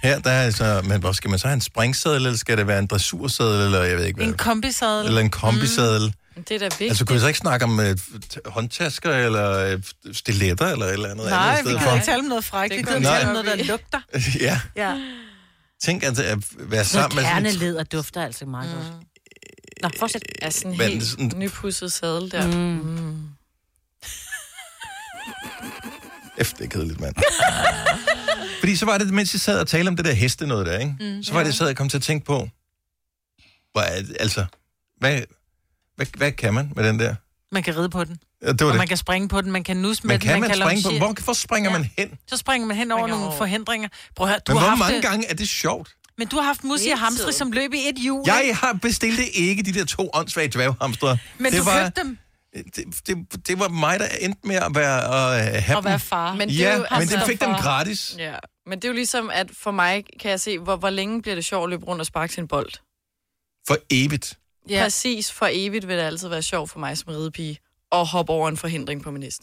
Her, der er altså, men hvor skal man så have en springseddel, eller skal det være en dressurseddel, eller jeg ved ikke hvad?
En kombisadel.
eller en kombiseddel. Mm.
Det er da vigtigt.
Altså, kunne vi så ikke snakke om øh, t- håndtasker, eller øh, stiletter, eller et eller andet andet
Nej,
i
vi
stedet
kan
for?
ikke tale om noget frækt. Vi
Det
kan
kan
tale
vi
om
ikke.
noget, der lugter.
ja,
Ja.
tænk at, at være
Noget
sammen med sådan et
kerneled og dufter altså
Mm.
meget godt. Nå, fortsæt.
Er sådan
Men
helt
sådan-
nypudset sadel der.
Mm.
Mm.
F, det er kedeligt, mand. Fordi så var det, mens jeg sad og talte om det der heste noget der, ikke?
Mm,
så var det, jeg sad og kom til at tænke på, Hvor, er- altså, hvad, hvad, hvad kan man med den der?
Man kan ride på den.
Ja, det var
og
det.
man kan springe på den, man kan nusse med
Men
den.
kan man springe på-
longe-
hvor- hvorfor springer man hen?
Så springer man hen over nogle forhindringer. Prøv at høre, du
Men
har
hvor
haft,
mange gange er det sjovt?
Men du har haft Musi og
Hele
Hamstri,
tiden.
som løb i et hjul.
Jeg
ikke?
har bestilte ikke de der to åndssvage dværghamstre.
Men
det
du
var,
købte Altså, dem.
Det, det, det var mig, der endte med at være, at have
At være
dem.
far.
Men
Men
det
det
ja,
er jo-
men
altså,
det fik dem
for-
gratis.
Ja, men det er jo ligesom, at for mig kan jeg se, hvor, hvor længe bliver det sjovt at løbe rundt og sparke sin bold.
For evigt.
Ja. Præcis for evigt vil det altid være sjovt for mig som ridepige at hoppe over en forhindring på min hest.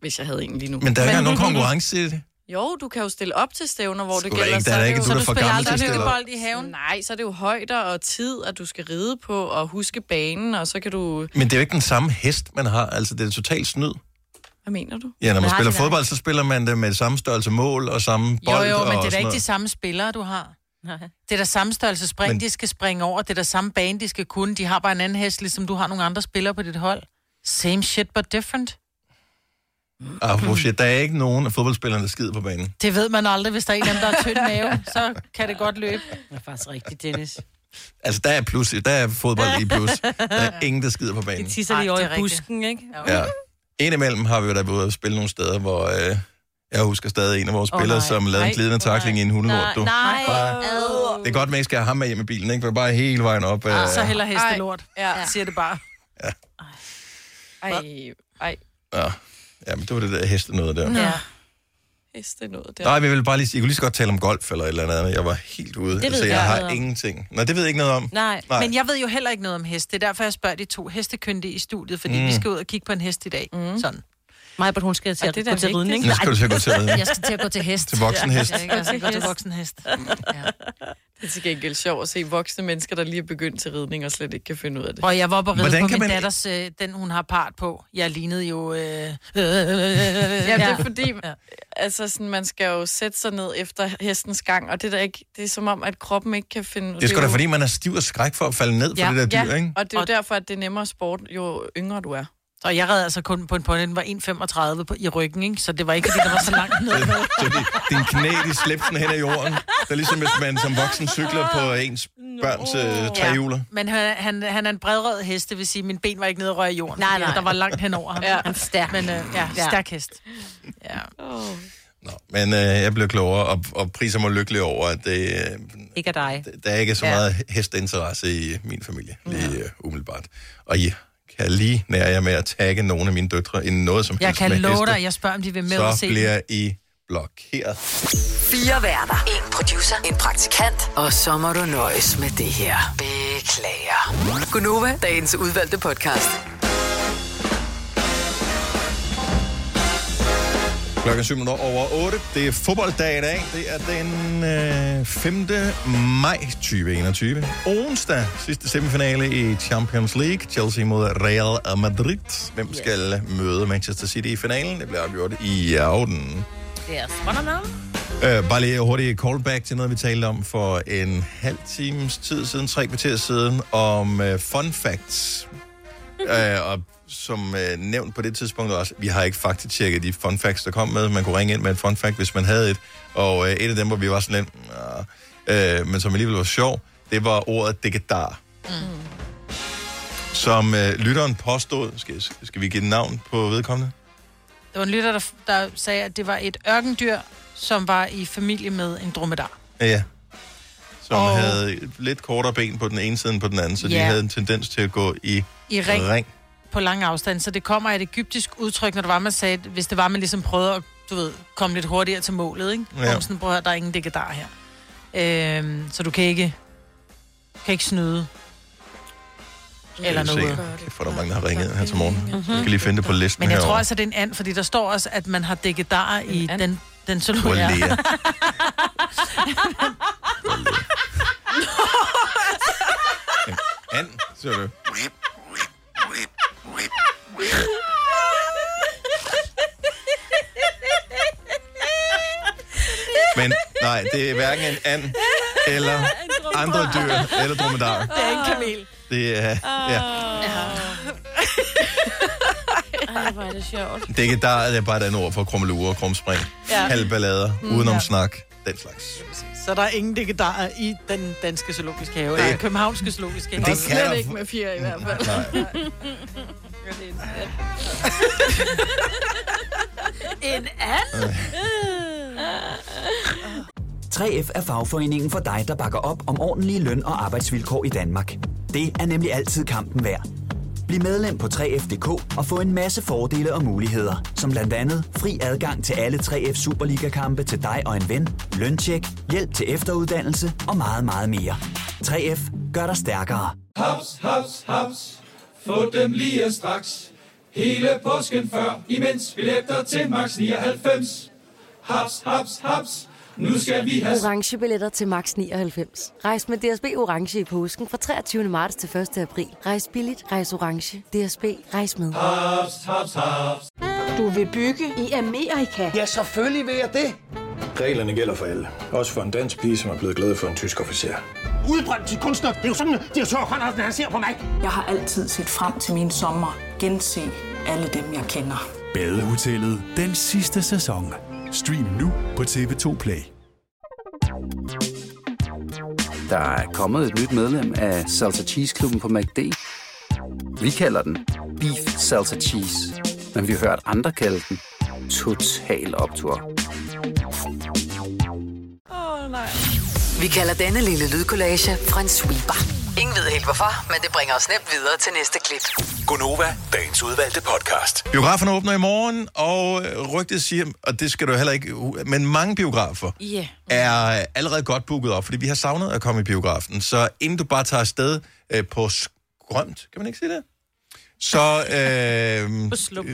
Hvis jeg havde en lige nu.
Men der er ikke engang nogen konkurrence i det.
Jo, du kan jo stille op til stævner, hvor det
Sgu da
gælder.
ikke, der er da
det
ikke,
jo-
du er da for gammel til at stille op.
i haven?
Nej, så er det jo højder og tid, at du skal ride på og huske banen, og så kan du...
Men det er jo ikke den samme hest, man har. Altså, det er totalt snyd.
Hvad mener du?
Ja, når man
Nej,
spiller
nej.
fodbold, så spiller man det med samme størrelse mål og samme
Jo,
bold.
jo, men
og
det er da
sådan
ikke
noget.
de samme spillere, du har. Det er da samme størrelse spring,
Men-
men... de skal springe over. Det er da samme bane, de skal kunne. De har bare en anden hest, ligesom du har nogle andre spillere på dit hold. Same shit, but different.
Ah, shit, der er ikke nogen af fodboldspillerne, der skider på banen.
Det ved man aldrig, hvis der er en af dem, der har tynd mave. Så kan det godt løbe.
Det er faktisk rigtigt, Dennis.
Altså, der er, plus, der er fodbold i plus. Der er ingen, der skider på banen.
De tisser lige over i busken, ikke?
Ja. Indimellem har vi jo da været ude og spille nogle steder, hvor... Øh, jeg husker stadig en af vores spillere, oh, som lavede en glidende takling i en hundelort. Du.
nej.
Bare- Det er godt, man ikke skal have ham med hjem i bilen, ikke? For Bare hele vejen op. Øh,
Ja. Ah, Så heller hestelort, ja. siger det bare.
Ej, ej.
ja. ja, men det var det der heste noget der.
Ja. Hest, det er noget der.
Nej, vi ville bare lige, jeg kunne lige så godt tale om golf eller et eller andet, men jeg var helt ude.
Det ved
altså,
jeg
jeg
ikke
har
noget om.
ingenting. Nå, det ved jeg ikke noget om.
Nej.
Nej.
Nej, men jeg ved jo heller ikke noget om heste. Det er derfor, jeg spørger de to hestekyndige i studiet, fordi
Mm.
mm. vi skal ud og kigge på en hest i dag. Mm. Sådan.
Mig, hun skal til
Og
at
det er
gå
da
til
vigtigt.
ridning.
Nu skal du til at gå til ridning.
Jeg skal til at gå til hest.
Til voksenhest.
Ja, jeg skal gå til voksenhest.
Det er til gengæld sjovt at se voksne mennesker, der lige er begyndt til ridning og slet ikke kan finde ud af det.
Og jeg var oppe og ride på min man... datters, øh, den hun har part på. Jeg lignede jo... Øh, øh, øh, øh,
Ja, det er fordi, altså sådan, man skal jo sætte sig ned efter hestens gang, og det er, da ikke, det er som om, at kroppen ikke kan finde...
Det er sgu da,
jo-
fordi man er stiv og skræk for at falde ned for det der dyr,
ja.
ikke?
og det er jo derfor, at det er nemmere sport, jo yngre du er.
Og jeg red altså kun på en pony, den var 1,35 på, i ryggen, ikke? så det var ikke, fordi der var så langt ned.
Så det, din knæ, de slæbte sådan hen ad jorden. Det er ligesom, hvis man som voksen cykler på ens børns øh, trehjuler.
Men han, han, han er en bredrød hest, det vil sige, at mine ben var ikke nede og røre i jorden.
Nej,
fordi
nej.
Der var langt hen over ham.
Ja. Han er stærk.
Men øh, ja,
Ja.
stærk hest. Ja.
Men øh, jeg blev klogere og, og priser mig lykkelig over, at det, øh,
Ikke af dig.
der ikke er så meget hesteinteresse i min familie lige øh, umiddelbart. Og I kan lige nære jer med at tagge nogle af mine døtre i noget som
Jeg
helst
kan
med
love
heste.
dig, jeg spørger, om de vil med og
så
se den.
bliver I blokeret.
Fire værter. En producer. En praktikant. Og så må du nøjes med det her. Beklager. Gunova, dagens udvalgte podcast.
Klokken 7 minutter over 8. Det er fodbolddag i dag. Det er den øh, 5. maj 2021. Onsdag, sidste semifinale i Champions League. Chelsea mod Real Madrid. Hvem skal møde Manchester City i finalen? Det bliver afgjort i aften.
Det er spændende.
Øh, bare lige hurtigt callback til noget, vi talte om for en halv times tid siden, tre kvarter siden, om øh, fun facts. øh, og som øh, nævnt på det tidspunkt også, vi har ikke faktatjekket de fun facts, der kom med. Man kunne ringe ind med et fun fact, hvis man havde et. Og øh, et af dem, hvor vi var sådan lidt, "Nå", øh, men som alligevel var sjov, det var ordet dekadar. Som øh, lytteren påstod, skal, skal vi give den navn på vedkommende?
Det var en lytter, der, der sagde, at det var et ørkendyr, som var i familie med en dromedar.
Ja. Som og...
Og-
havde lidt kortere ben på den ene side end på den anden, så de
Ja.
havde en tendens til at gå i,
I ring. på lang afstand. Så det kommer af et egyptisk udtryk, når det var, man sagde, at hvis det var, man ligesom prøvede at du ved, komme lidt hurtigere til målet. Ikke?
Ja.
Ja. Sådan, prøv at høre, der er ingen dekadar her. Øhm, så du kan ikke, kan ikke snyde. Eller
Skal vi
noget. Mhm.
Se. For der er mange, der har ringet ind her til morgen. Mm-hmm. Jeg skal lige finde det på listen
Men jeg
herovre.
tror altså, det er en and, fordi der står også, at man har dekadarer i den, den
Prøv at lære.
solution.
And, ser du. Men nej, det er hverken en and eller andre dyr eller dromedarer.
Det er en kamel.
Det er, ja.
Ej, hvor er det sjovt.
Det er ikke der, det er bare et andet ord for krummelure og krumspring. Ja.
Ja.
Halvballader,
Mm,
udenom
ja.
snak. den slags.
Så der er ingen dikkedarer i den danske zoologiske have,
Det-
eller københavnske zoologiske have.
Det Og kan slet der- ikke
med fire i hvert
fald. Nej.
en and?
3F er fagforeningen for dig, der bakker op om ordentlige løn- og arbejdsvilkår i Danmark. Det er nemlig altid kampen værd. Bliv medlem på 3F.dk og få en masse fordele og muligheder, som blandt andet fri adgang til alle 3F Superliga-kampe til dig og en ven, løntjek, hjælp til efteruddannelse og meget, meget mere. 3F gør dig stærkere.
Haps, haps, haps. Få dem lige straks. Hele påsken før, imens billetter til max 99. Haps, haps, haps. Nu skal vi have...
Orange billetter til max 99. Rejs med DSB Orange i påsken fra 23. marts til 1. april. Rejs billigt, rejs orange. DSB, rejs med.
Haps, haps, haps.
Du vil bygge i Amerika? Ja, selvfølgelig vil jeg det.
Reglerne gælder for alle. Også for en dansk pige, som er blevet glad for en tysk officer.
Udbrøndt til kunstner. Det er jo sådan, at de har Conradsen, han ser på mig. Jeg har altid set frem til min sommer. Gense alle dem, jeg kender.
Badehotellet den sidste sæson. Stream nu på TV2 Play.
Der er kommet et nyt medlem af Salsa Cheese Klubben på MACD. Vi kalder den Beef Salsa Cheese, men vi har hørt andre kalde den Total Optor.
Vi kalder denne lille lydkollage Frans sweeper. Ingen ved helt hvorfor, men det bringer os nemt videre til næste klip.
Gonova, dagens udvalgte podcast.
Biograferne åbner i morgen, og øh, rygtet siger, og det skal du heller ikke, men mange biografer
Ja.
er øh, allerede godt booket op, fordi vi har savnet at komme i biografen. Så inden du bare tager afsted øh, på skrømt, kan man ikke sige det? Så, øh,
På slump.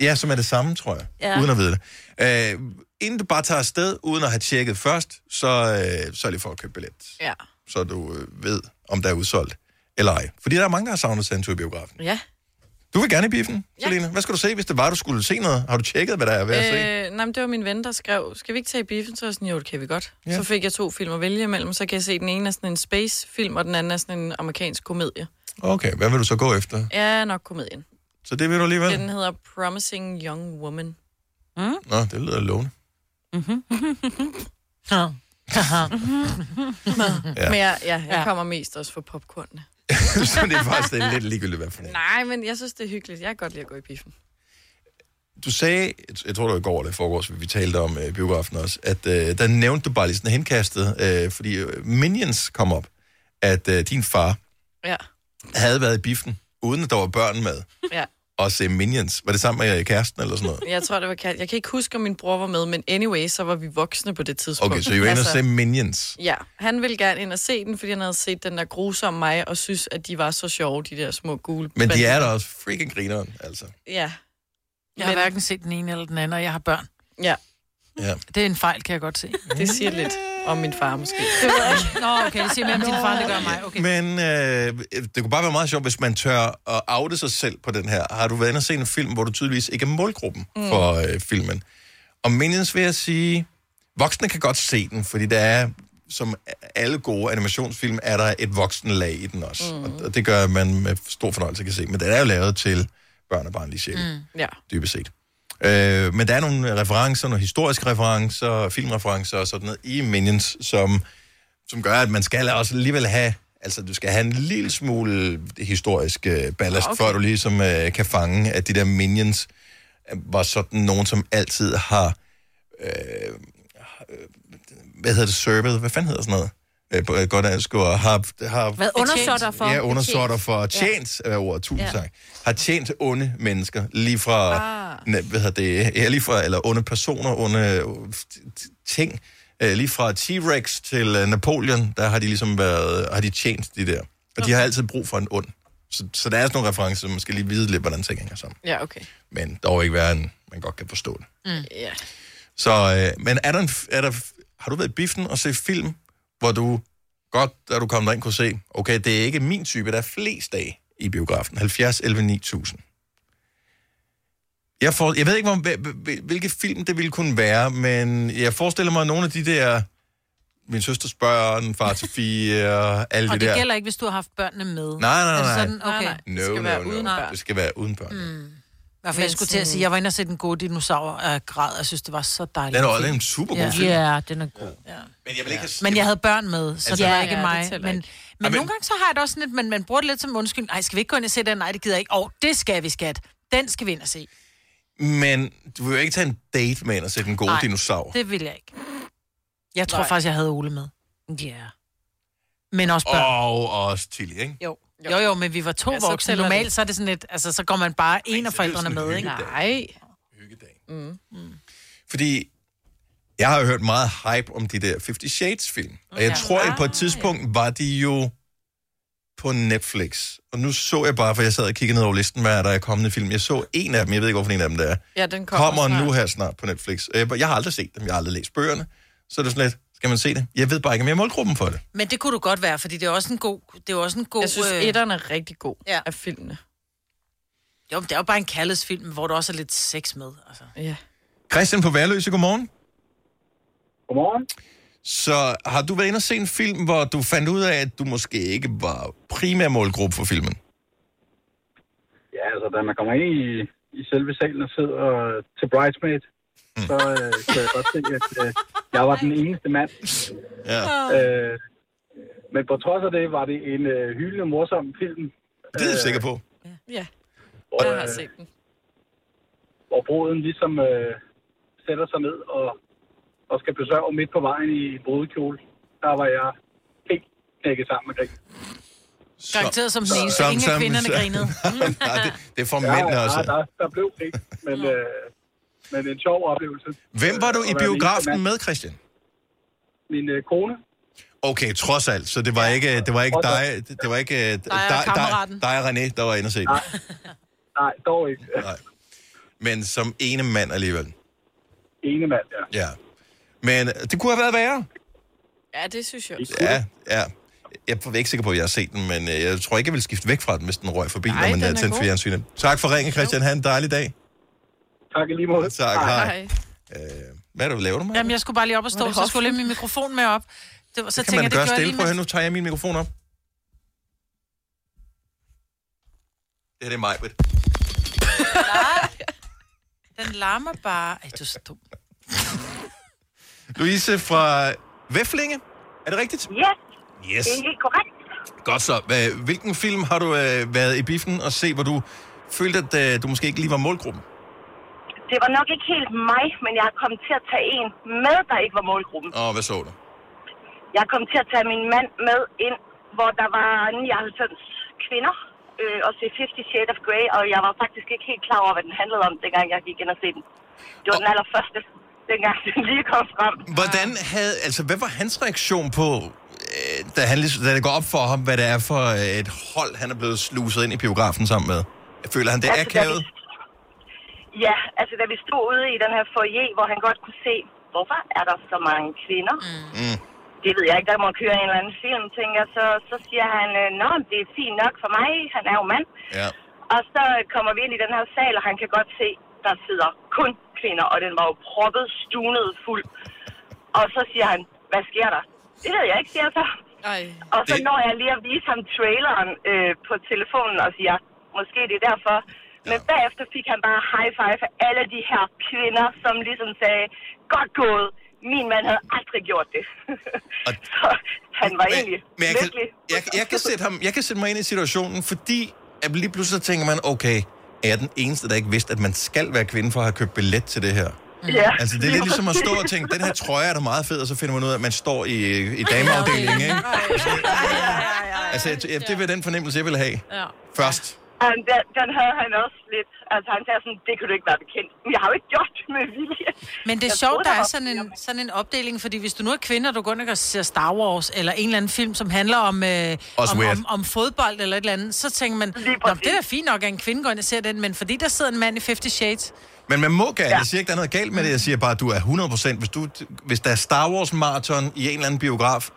ja, som er det samme, tror jeg,
Ja.
ja. uden at vide det. Øh, inden du bare tager afsted, uden at have tjekket først, så øh, sørg lige for at købe billet,
Ja.
så du øh, ved, om der er udsolgt eller ej. Fordi der er mange, der har savnet sig en tur i biografen.
Ja.
Du vil gerne i biffen, Selina. Hvad skal du se, hvis det var, du skulle se noget? Har du tjekket, hvad der er ved at se?
Øh, nej, men det var min ven, der skrev, skal vi ikke tage i biffen? Så var jeg sådan, jo, det kan vi godt.
Ja.
Ja. Så fik jeg to film at vælge imellem, så kan jeg se, den ene er sådan en space-film, og den anden er sådan en amerikansk komedie.
Okay, hvad vil du så gå efter?
Ja, nok komedien.
Så det vil du alligevel?
Den hedder Promising Young Woman.
Mm?
Nå, det lyder lovende.
Ja.
ja. Men jeg, ja, jeg kommer mest også for popcornene.
så det er faktisk det er lidt ligegyldigt, hvad for en.
Nej, men jeg synes, det er hyggeligt. Jeg kan godt lide at gå i biffen.
Du sagde, jeg- jeg tror det var i går eller i forgårs, vi talte om øh, biografen også, at øh, der nævnte du bare lige sådan henkastet, øh, fordi øh, Minions kom op, at øh, din far
Ja.
havde været i biffen, uden at der var børn med,
ja.
og se Minions. Var det sammen med øh, kæresten eller sådan noget?
Jeg tror, det var kaldt. Jeg kan ikke huske, om min bror var med, men anyway, så var vi voksne på det tidspunkt.
Okay, så I var
Altså.
inde og se Minions.
Ja, han ville gerne ind og se den, fordi han havde set den der grusomme mig, og synes, at de var så sjove, de der små gule
Men de
banditer.
er da også freaking grineren, altså.
Ja.
Jeg har hverken set den ene eller den anden, og jeg har børn.
Ja.
Ja.
Det er en fejl, kan jeg godt se.
Det siger lidt om min far, måske.
Det ved jeg ikke. Nå, okay, det siger mere om din far, end det gør om mig. Okay.
Men øh, det kunne bare være meget sjovt, hvis man tør at oute sig selv på den her. Har du været inde og se en film, hvor du tydeligvis ikke er målgruppen
Mm.
mm. for øh, filmen? Og Minions vil jeg sige, voksne kan godt se den, fordi der er, som alle gode animationsfilm, er der et voksenlag i den også. Mm. Og, og det gør, at man med stor fornøjelse kan se. Men den er jo lavet til børn og barnlige sjæle, mm.
Mm. Ja.
dybest set. Øh, men der er nogle referencer, nogle historiske referencer, filmreferencer og sådan noget i Minions, som som gør, at man skal også alligevel have, altså du skal have en lille smule historisk øh, ballast,
Okay.
okay. før du ligesom øh, kan fange, at de der minions øh, var sådan nogen, som altid har, øh, øh, hvad hedder det, servet, hvad fanden hedder sådan noget? Øh, på- øh, godt dansk ord, har, har...
Været undersåtter for.
Ja, undersåtter for.
Betjent.
Tjent er ordet, tusind
Ja.
ja. tak. Har tjent onde mennesker, lige fra,
Ah.
ah. hvad hedder det, ja, lige fra, eller onde personer, onde øh, t- t- ting, Øh, lige fra T-Rex til øh, Napoleon, der har de ligesom været, har de tjent de der. Og de har altid brug for en ond. Så, så der er sådan nogle referencer, som man skal lige vide lidt, hvordan ting hænger sammen.
Ja, okay.
Men dog ikke værre, end man godt kan forstå det.
Mm. Ja.
Så, øh, men er der, en, f- er der, f- har du været i biffen og set film, hvor du godt, da du kom derind, kunne se, okay, det er ikke min type, der er flest af i biografen. 70, 11, 9000. Jeg, for, jeg ved ikke, hvor, hvil- hvil- hvilke film det ville kunne være, men jeg forestiller mig at nogle af de der, min søsters børn, far til fire, alle
Og
de
det
der.
gælder ikke, hvis du har haft børnene med.
nej, nej,
Er det
nej.
sådan? Okay.
No, det skal no, være no. Uden det skal være uden børn.
Mm. Ja, for jeg skulle til at sige, jeg var inde og se den gode dinosaur af græd. Jeg synes, det var så dejligt.
Den er
at
også
se.
en supergod
ja.
film.
Ja, den er god. Ja.
Men jeg vil ikke
Men jeg havde børn med, så
Altså-
altså, det
Ja,
var ikke
ja,
ja,
det
mig.
tæller
men, men,
ikke.
men
men-
nogle gange så har jeg det også sådan lidt, men man bruger det lidt som undskyld. Nej, skal vi ikke gå ind og se den? Nej, det gider jeg ikke. Åh, oh, det skal vi, skat. Den skal vi ind og se.
Men du vil jo ikke tage en date med ind og sætte en god
Nej,
dinosaur.
det vil jeg ikke. Jeg tror
Nej.
Nej. faktisk, jeg havde Ole med. Ja. Yeah. Men også børn.
Og også Tilly, ikke?
Jo. Jo, jo, men vi var to
Ja,
ja,
så
voksne.
tæller det.
Normalt så er det sådan lidt, altså så går man bare en af forældrene med, ikke?
Nej.
Mm. Mm.
Fordi jeg har jo hørt meget hype om de der 50 Shades-film. Og jeg tror, at på
Ah.
et tidspunkt var de jo på Netflix. Og nu så jeg bare, for jeg sad og kiggede ned over listen, hvad er der er kommende film. Jeg så en af dem, jeg ved ikke, hvorfor en af dem det er.
Ja, den kommer,
Kommer,
snart.
nu her snart på Netflix. Øh, Jeg har aldrig set dem, jeg har aldrig læst bøgerne. Så er det sådan lidt, skal man se det? Jeg ved bare ikke, om jeg er målgruppen for det.
Men det kunne du godt være, fordi det er også en god... Det er også en god øh,
Jeg synes, etteren er rigtig god
ja.
af filmene.
Jo, men det er jo bare en kærlighedsfilm, hvor der også er lidt sex med. Altså.
Ja.
Christian på Værløse, godmorgen. Godmorgen. Så har du været inde og se en film, hvor du fandt ud af, at du måske ikke var primær målgruppe for filmen?
Ja, altså, da man kommer ind i, i selve salen og sidder øh, til Bridesmaid, så øh, kan jeg godt se, at øh, jeg var den eneste mand.
Ja.
Øh, men på trods af det, var det en øh, hyldende, morsom film.
Det
Øh,
er jeg sikker på.
Ja.
Hvor,
Jeg har
øh,
set den.
hvor bruden ligesom øh, sætter sig ned og, og skal besørge midt på vejen i en brudekjole. Der var jeg helt knækket sammen med grin.
Garanteret som den
Så-
eneste.
som-
Ingen af
som-
kvinderne
så-
grinede.
Nej, det, det er for mænd også.
Ja, der, der blev det, men, øh, men en sjov oplevelse.
Hvem var du
Øh,
i
at være
biografen
mand.
med, Christian?
Min øh, kone.
Okay, trods alt. Så det var ikke, det var ikke dig, det var ikke øh, dig, dig,
kammeraten.
dig og René, der var inde og se den.
Nej, dog ikke.
Nej. Men som ene mand alligevel.
Ene mand, ja.
Ja. Men det kunne have været værre.
Ja, det synes jeg også.
Ja, ja. Jeg er ikke sikker på, at jeg har set den, men øh, jeg tror ikke, jeg vil skifte væk fra den, hvis den røg forbi,
Nej,
når man
den
er
er
tændt
god.
for fjernsynet. Tak for ringen, Christian. Ha' en dejlig dag.
Tak i lige måde.
Tak, hej. hej. Øh, Hvad er det, du laver du, Maja?
Jamen, jeg skulle bare lige op og
Var
stå,
det
så jeg skulle jeg min mikrofon med op. Det, var, så
Så kan
tænker
man
jeg,
gøre
det gør jeg
stille.
lige
Prøv at
med
høre, nu tager jeg min mikrofon op. Det her det er mig, Britt.
Den larmer bare. Ej, du er så dum.
Louise fra Væflinge. Er det rigtigt?
Yes.
Yes.
Det er helt korrekt.
Godt så. Hva- Hvilken film har du øh, været i biffen og se, hvor du følte, at øh, du måske ikke lige var målgruppen?
Det var nok ikke helt mig, men jeg kom til at tage en med, der ikke var målgruppen.
Og hvad så du?
Jeg kom til at tage min mand med ind, hvor der var 99 kvinder øh, og se 50 Shades of Grey, og jeg var faktisk ikke helt klar over, hvad den handlede om, dengang jeg gik ind og se den. Det var den allerførste, dengang den lige kom frem.
Hvordan
Ah.
havde, altså, hvad var hans reaktion på, øh, da, han, ligesom- da det går op for ham, hvad det er for øh, et hold, han er blevet sluset ind i biografen sammen med? Føler han det
Altså, da vi-
akavet?
Ja, altså da vi stod ude i den her foyer, hvor han godt kunne se, hvorfor er der så mange kvinder?
Mm.
Det ved jeg ikke, der må køre en eller anden film, tænker jeg. Så, så siger han, øh, nå, men det er fint nok for mig, han er jo mand.
Ja.
Og så øh, kommer vi ind i den her sal, og han kan godt se, der sidder kun kvinder, og den var jo proppet, stunet fuld. Og så siger han, hvad sker der? Det ved jeg ikke, siger jeg så.
Ej.
Og så
Det-
når jeg lige at vise ham traileren øh, på telefonen og siger, måske det er derfor. Men bagefter fik han bare high five af alle de her kvinder, som ligesom sagde, godt gået, min mand havde aldrig gjort det. så han var egentlig
Men jeg kan,
lykkelig.
jeg, jeg, kan sætte ham, jeg kan sætte mig ind i situationen, fordi at lige pludselig så tænker man, okay, er jeg den eneste, der ikke vidste, at man skal være kvinde for at have købt billet til det her?
Ja.
Altså, det er lidt ligesom at stå og tænke, den her trøje er da meget fed, og så finder man ud af, at man står i, øh, i dameafdelingen, ikke? Altså, jeg, jeg, det var den fornemmelse, jeg ville have
Ja.
først.
Um, den, den havde han også lidt. Altså, han sagde sådan, det kunne du ikke være bekendt. Men jeg har jo ikke gjort det med vilje.
Men det er
Jeg
sjovt,
troede,
der
der
er
var
sådan en, sådan en opdeling, fordi hvis du nu er kvinde, og du går ind og ser Star Wars, eller en eller anden film, som handler om, øh,
Også
om,
weird.
om, om fodbold eller et eller andet, så tænker man, Nå, det er da fint nok, at en kvinde går ind og ser den, men fordi der sidder en mand i 50 Shades,
Men man må gerne. Jeg siger ikke, der er noget galt med det. Jeg siger bare, at du er 100%. Hvis, du, hvis der er Star Wars maraton i en eller anden biograf,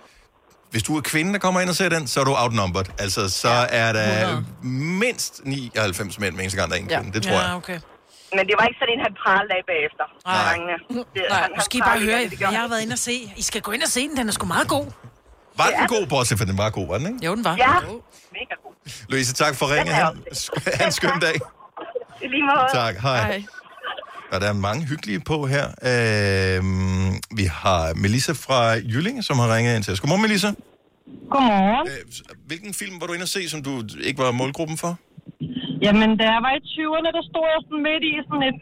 hvis du er kvinde, der kommer ind og ser den, så er du outnumbered. Altså, så er der
100.
mindst 99 mænd, hver eneste gang der er en kvinde. Det tror jeg.
okay.
Men det var ikke sådan en, han pralede af bagefter. Nej. Drengene.
øh,
Det,
Nej,
han
måske
pralede
bare høre,
af det, det gjorde
hvad jeg har
han.
været inde og se. I skal gå ind og se den, den er sgu meget god.
Var den god, bortset for den var god, var den ikke?
Jo, den var.
Ja.
Louise, tak for ringen. Han, en skøn dag.
I lige måde.
Tak, hej. Hej. Og der er mange hyggelige på her. Øhm, vi har Melissa fra Jyllinge, som har ringet ind til os. Godmorgen, Melissa. Øh,
Godmorgen.
Hvilken film var du inde og se, som du ikke var målgruppen for?
Jamen, da jeg var i 20'erne, der stod jeg sådan midt i sådan et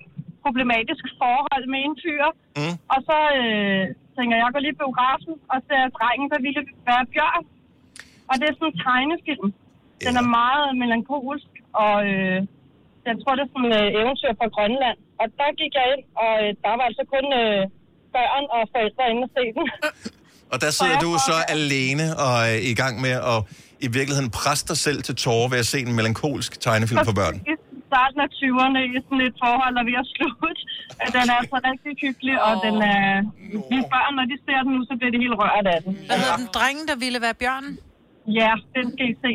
problematisk forhold med en fyr.
Mm.
Og så øh, tænker jeg, jeg går lige i biografen og ser drengen, der ville være bjørn. Og det er sådan en tegnefilm. Den er meget melankolsk, og øh, jeg tror, det er sådan øh, eventyr fra Grønland. Og der gik jeg ind, og øh, der var altså kun øh, børn og forældre inde og se den.
Og der sidder du så alene og øh, i gang med at i virkeligheden presse dig selv til tårer ved at se en melankolsk tegnefilm for børn.
I starten af 20'erne i sådan et forhold, og vi har slut. Den er altså rigtig hyggelig, og den er... Mine børn, når de ser den nu, så bliver de helt rørt af den.
Hvad hedder den? Drengen, der ville være bjørnen?
Ja, den skal I se.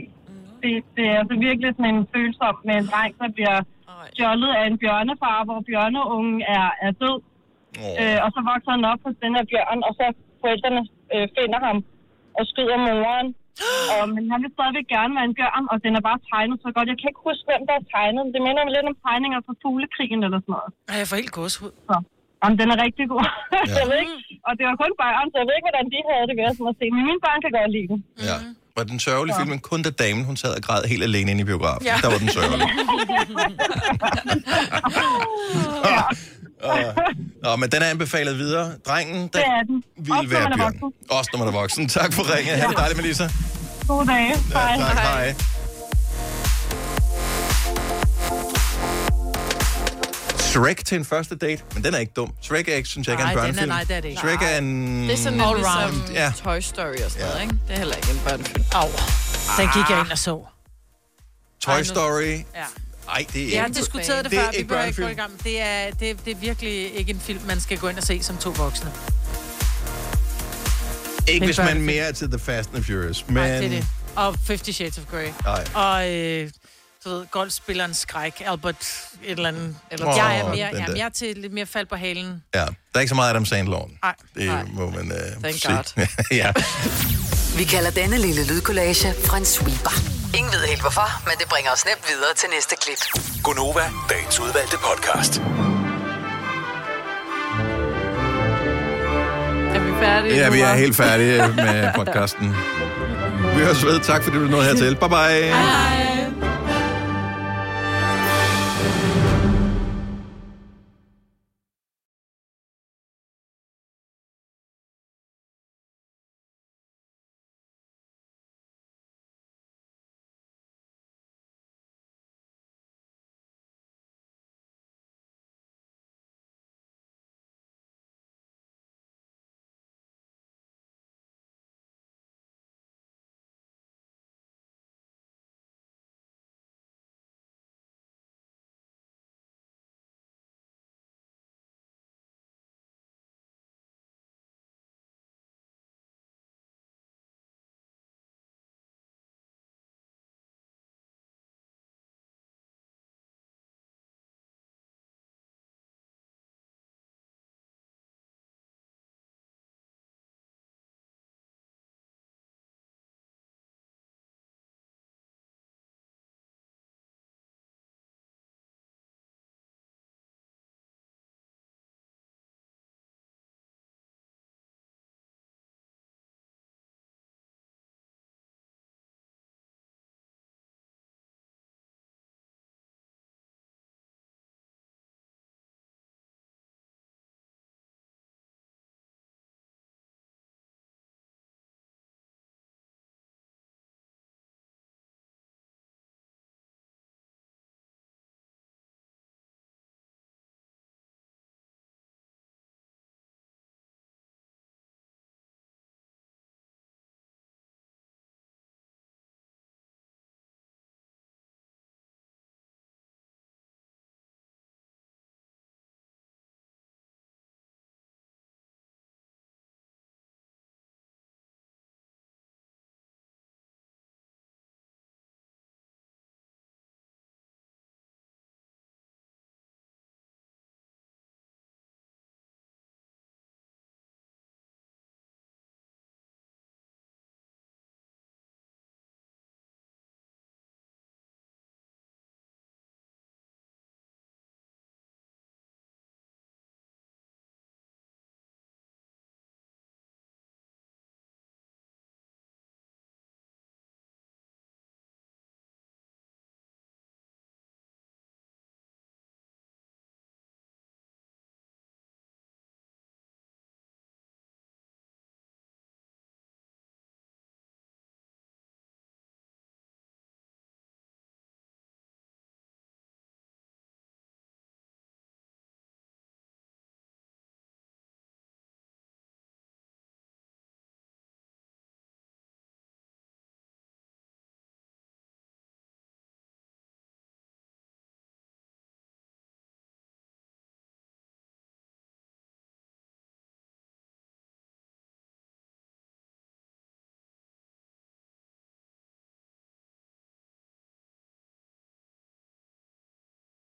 Det, det er altså virkelig sådan en følsom med en dreng, der bliver stjålet af en bjørnefar, hvor bjørneungen er, er død. Øh, og så vokser han op hos den her bjørn, og så forældrene øh, finder ham og skyder moren. Og, men han vil stadigvæk gerne være en bjørn, og den er bare tegnet så godt. Jeg kan ikke huske, hvem der har tegnet den. Det minder mig lidt om tegninger fra fuglekrigen eller sådan noget.
Ej, jeg får helt gåshud.
Så. Jamen, den er rigtig god. Ja. jeg ved ikke, og det var kun børn, så jeg ved ikke, hvordan de havde det ved sådan at se. Men mine børn kan godt lide den.
Ja. Var den sørgelige film, men kun da damen hun sad og græd helt alene inde i biografen. Ja. Der var den sørgelige. Og, og, men den er anbefalet videre. Drengen, der
det er den.
vil være bjørn. Også når man er voksen. Tak for ringen. Ha' det dejligt, Melissa.
God dag. Hej.
Tak, hej. Shrek til en første date, men den er ikke dum. Shrek er ikke, synes jeg, ikke er en
Nej, den er-
børnefilm.
nej, det er det ikke.
Shrek er en...
Det er sådan lidt ligesom
Ja.
ja. Toy Story og sådan noget, ikke? Det er heller ikke en børnefilm.
Au. Den gik jeg ind og så.
Toy Story.
Ja.
Ej, det er
Vi har
ikke...
diskuteret det,
det
før,
er
vi
ikke
behøver ikke gå i gang.
børnefilm.
Det er, det, det er virkelig ikke en film, man skal gå ind og se som to voksne.
Ikke
Men
hvis man
børnefilm.
mere er til The Fast and the Furious, men...
Nej, det er det. Og Fifty Shades of Grey.
Nej.
Og, øh, du ved, golfspilleren Skræk, Albert et eller andet. Eller,
Åh,
jeg, er mere,
den
jamen,
der.
jeg er til lidt mere fald på halen.
Ja, der er ikke så meget Adam Sandler.
Nej.
Det må man øh,
Thank
se.
God.
ja.
Vi kalder denne lille lydkollage en sweeper. Ingen ved helt hvorfor, men det bringer os nemt videre til næste klip.
Gonova, dagens udvalgte podcast.
Er vi færdige?
ja,
nu,
vi er
hva'?
helt færdige med podcasten. Vi høres ved. Tak fordi du nåede hertil. Bye bye. Hej.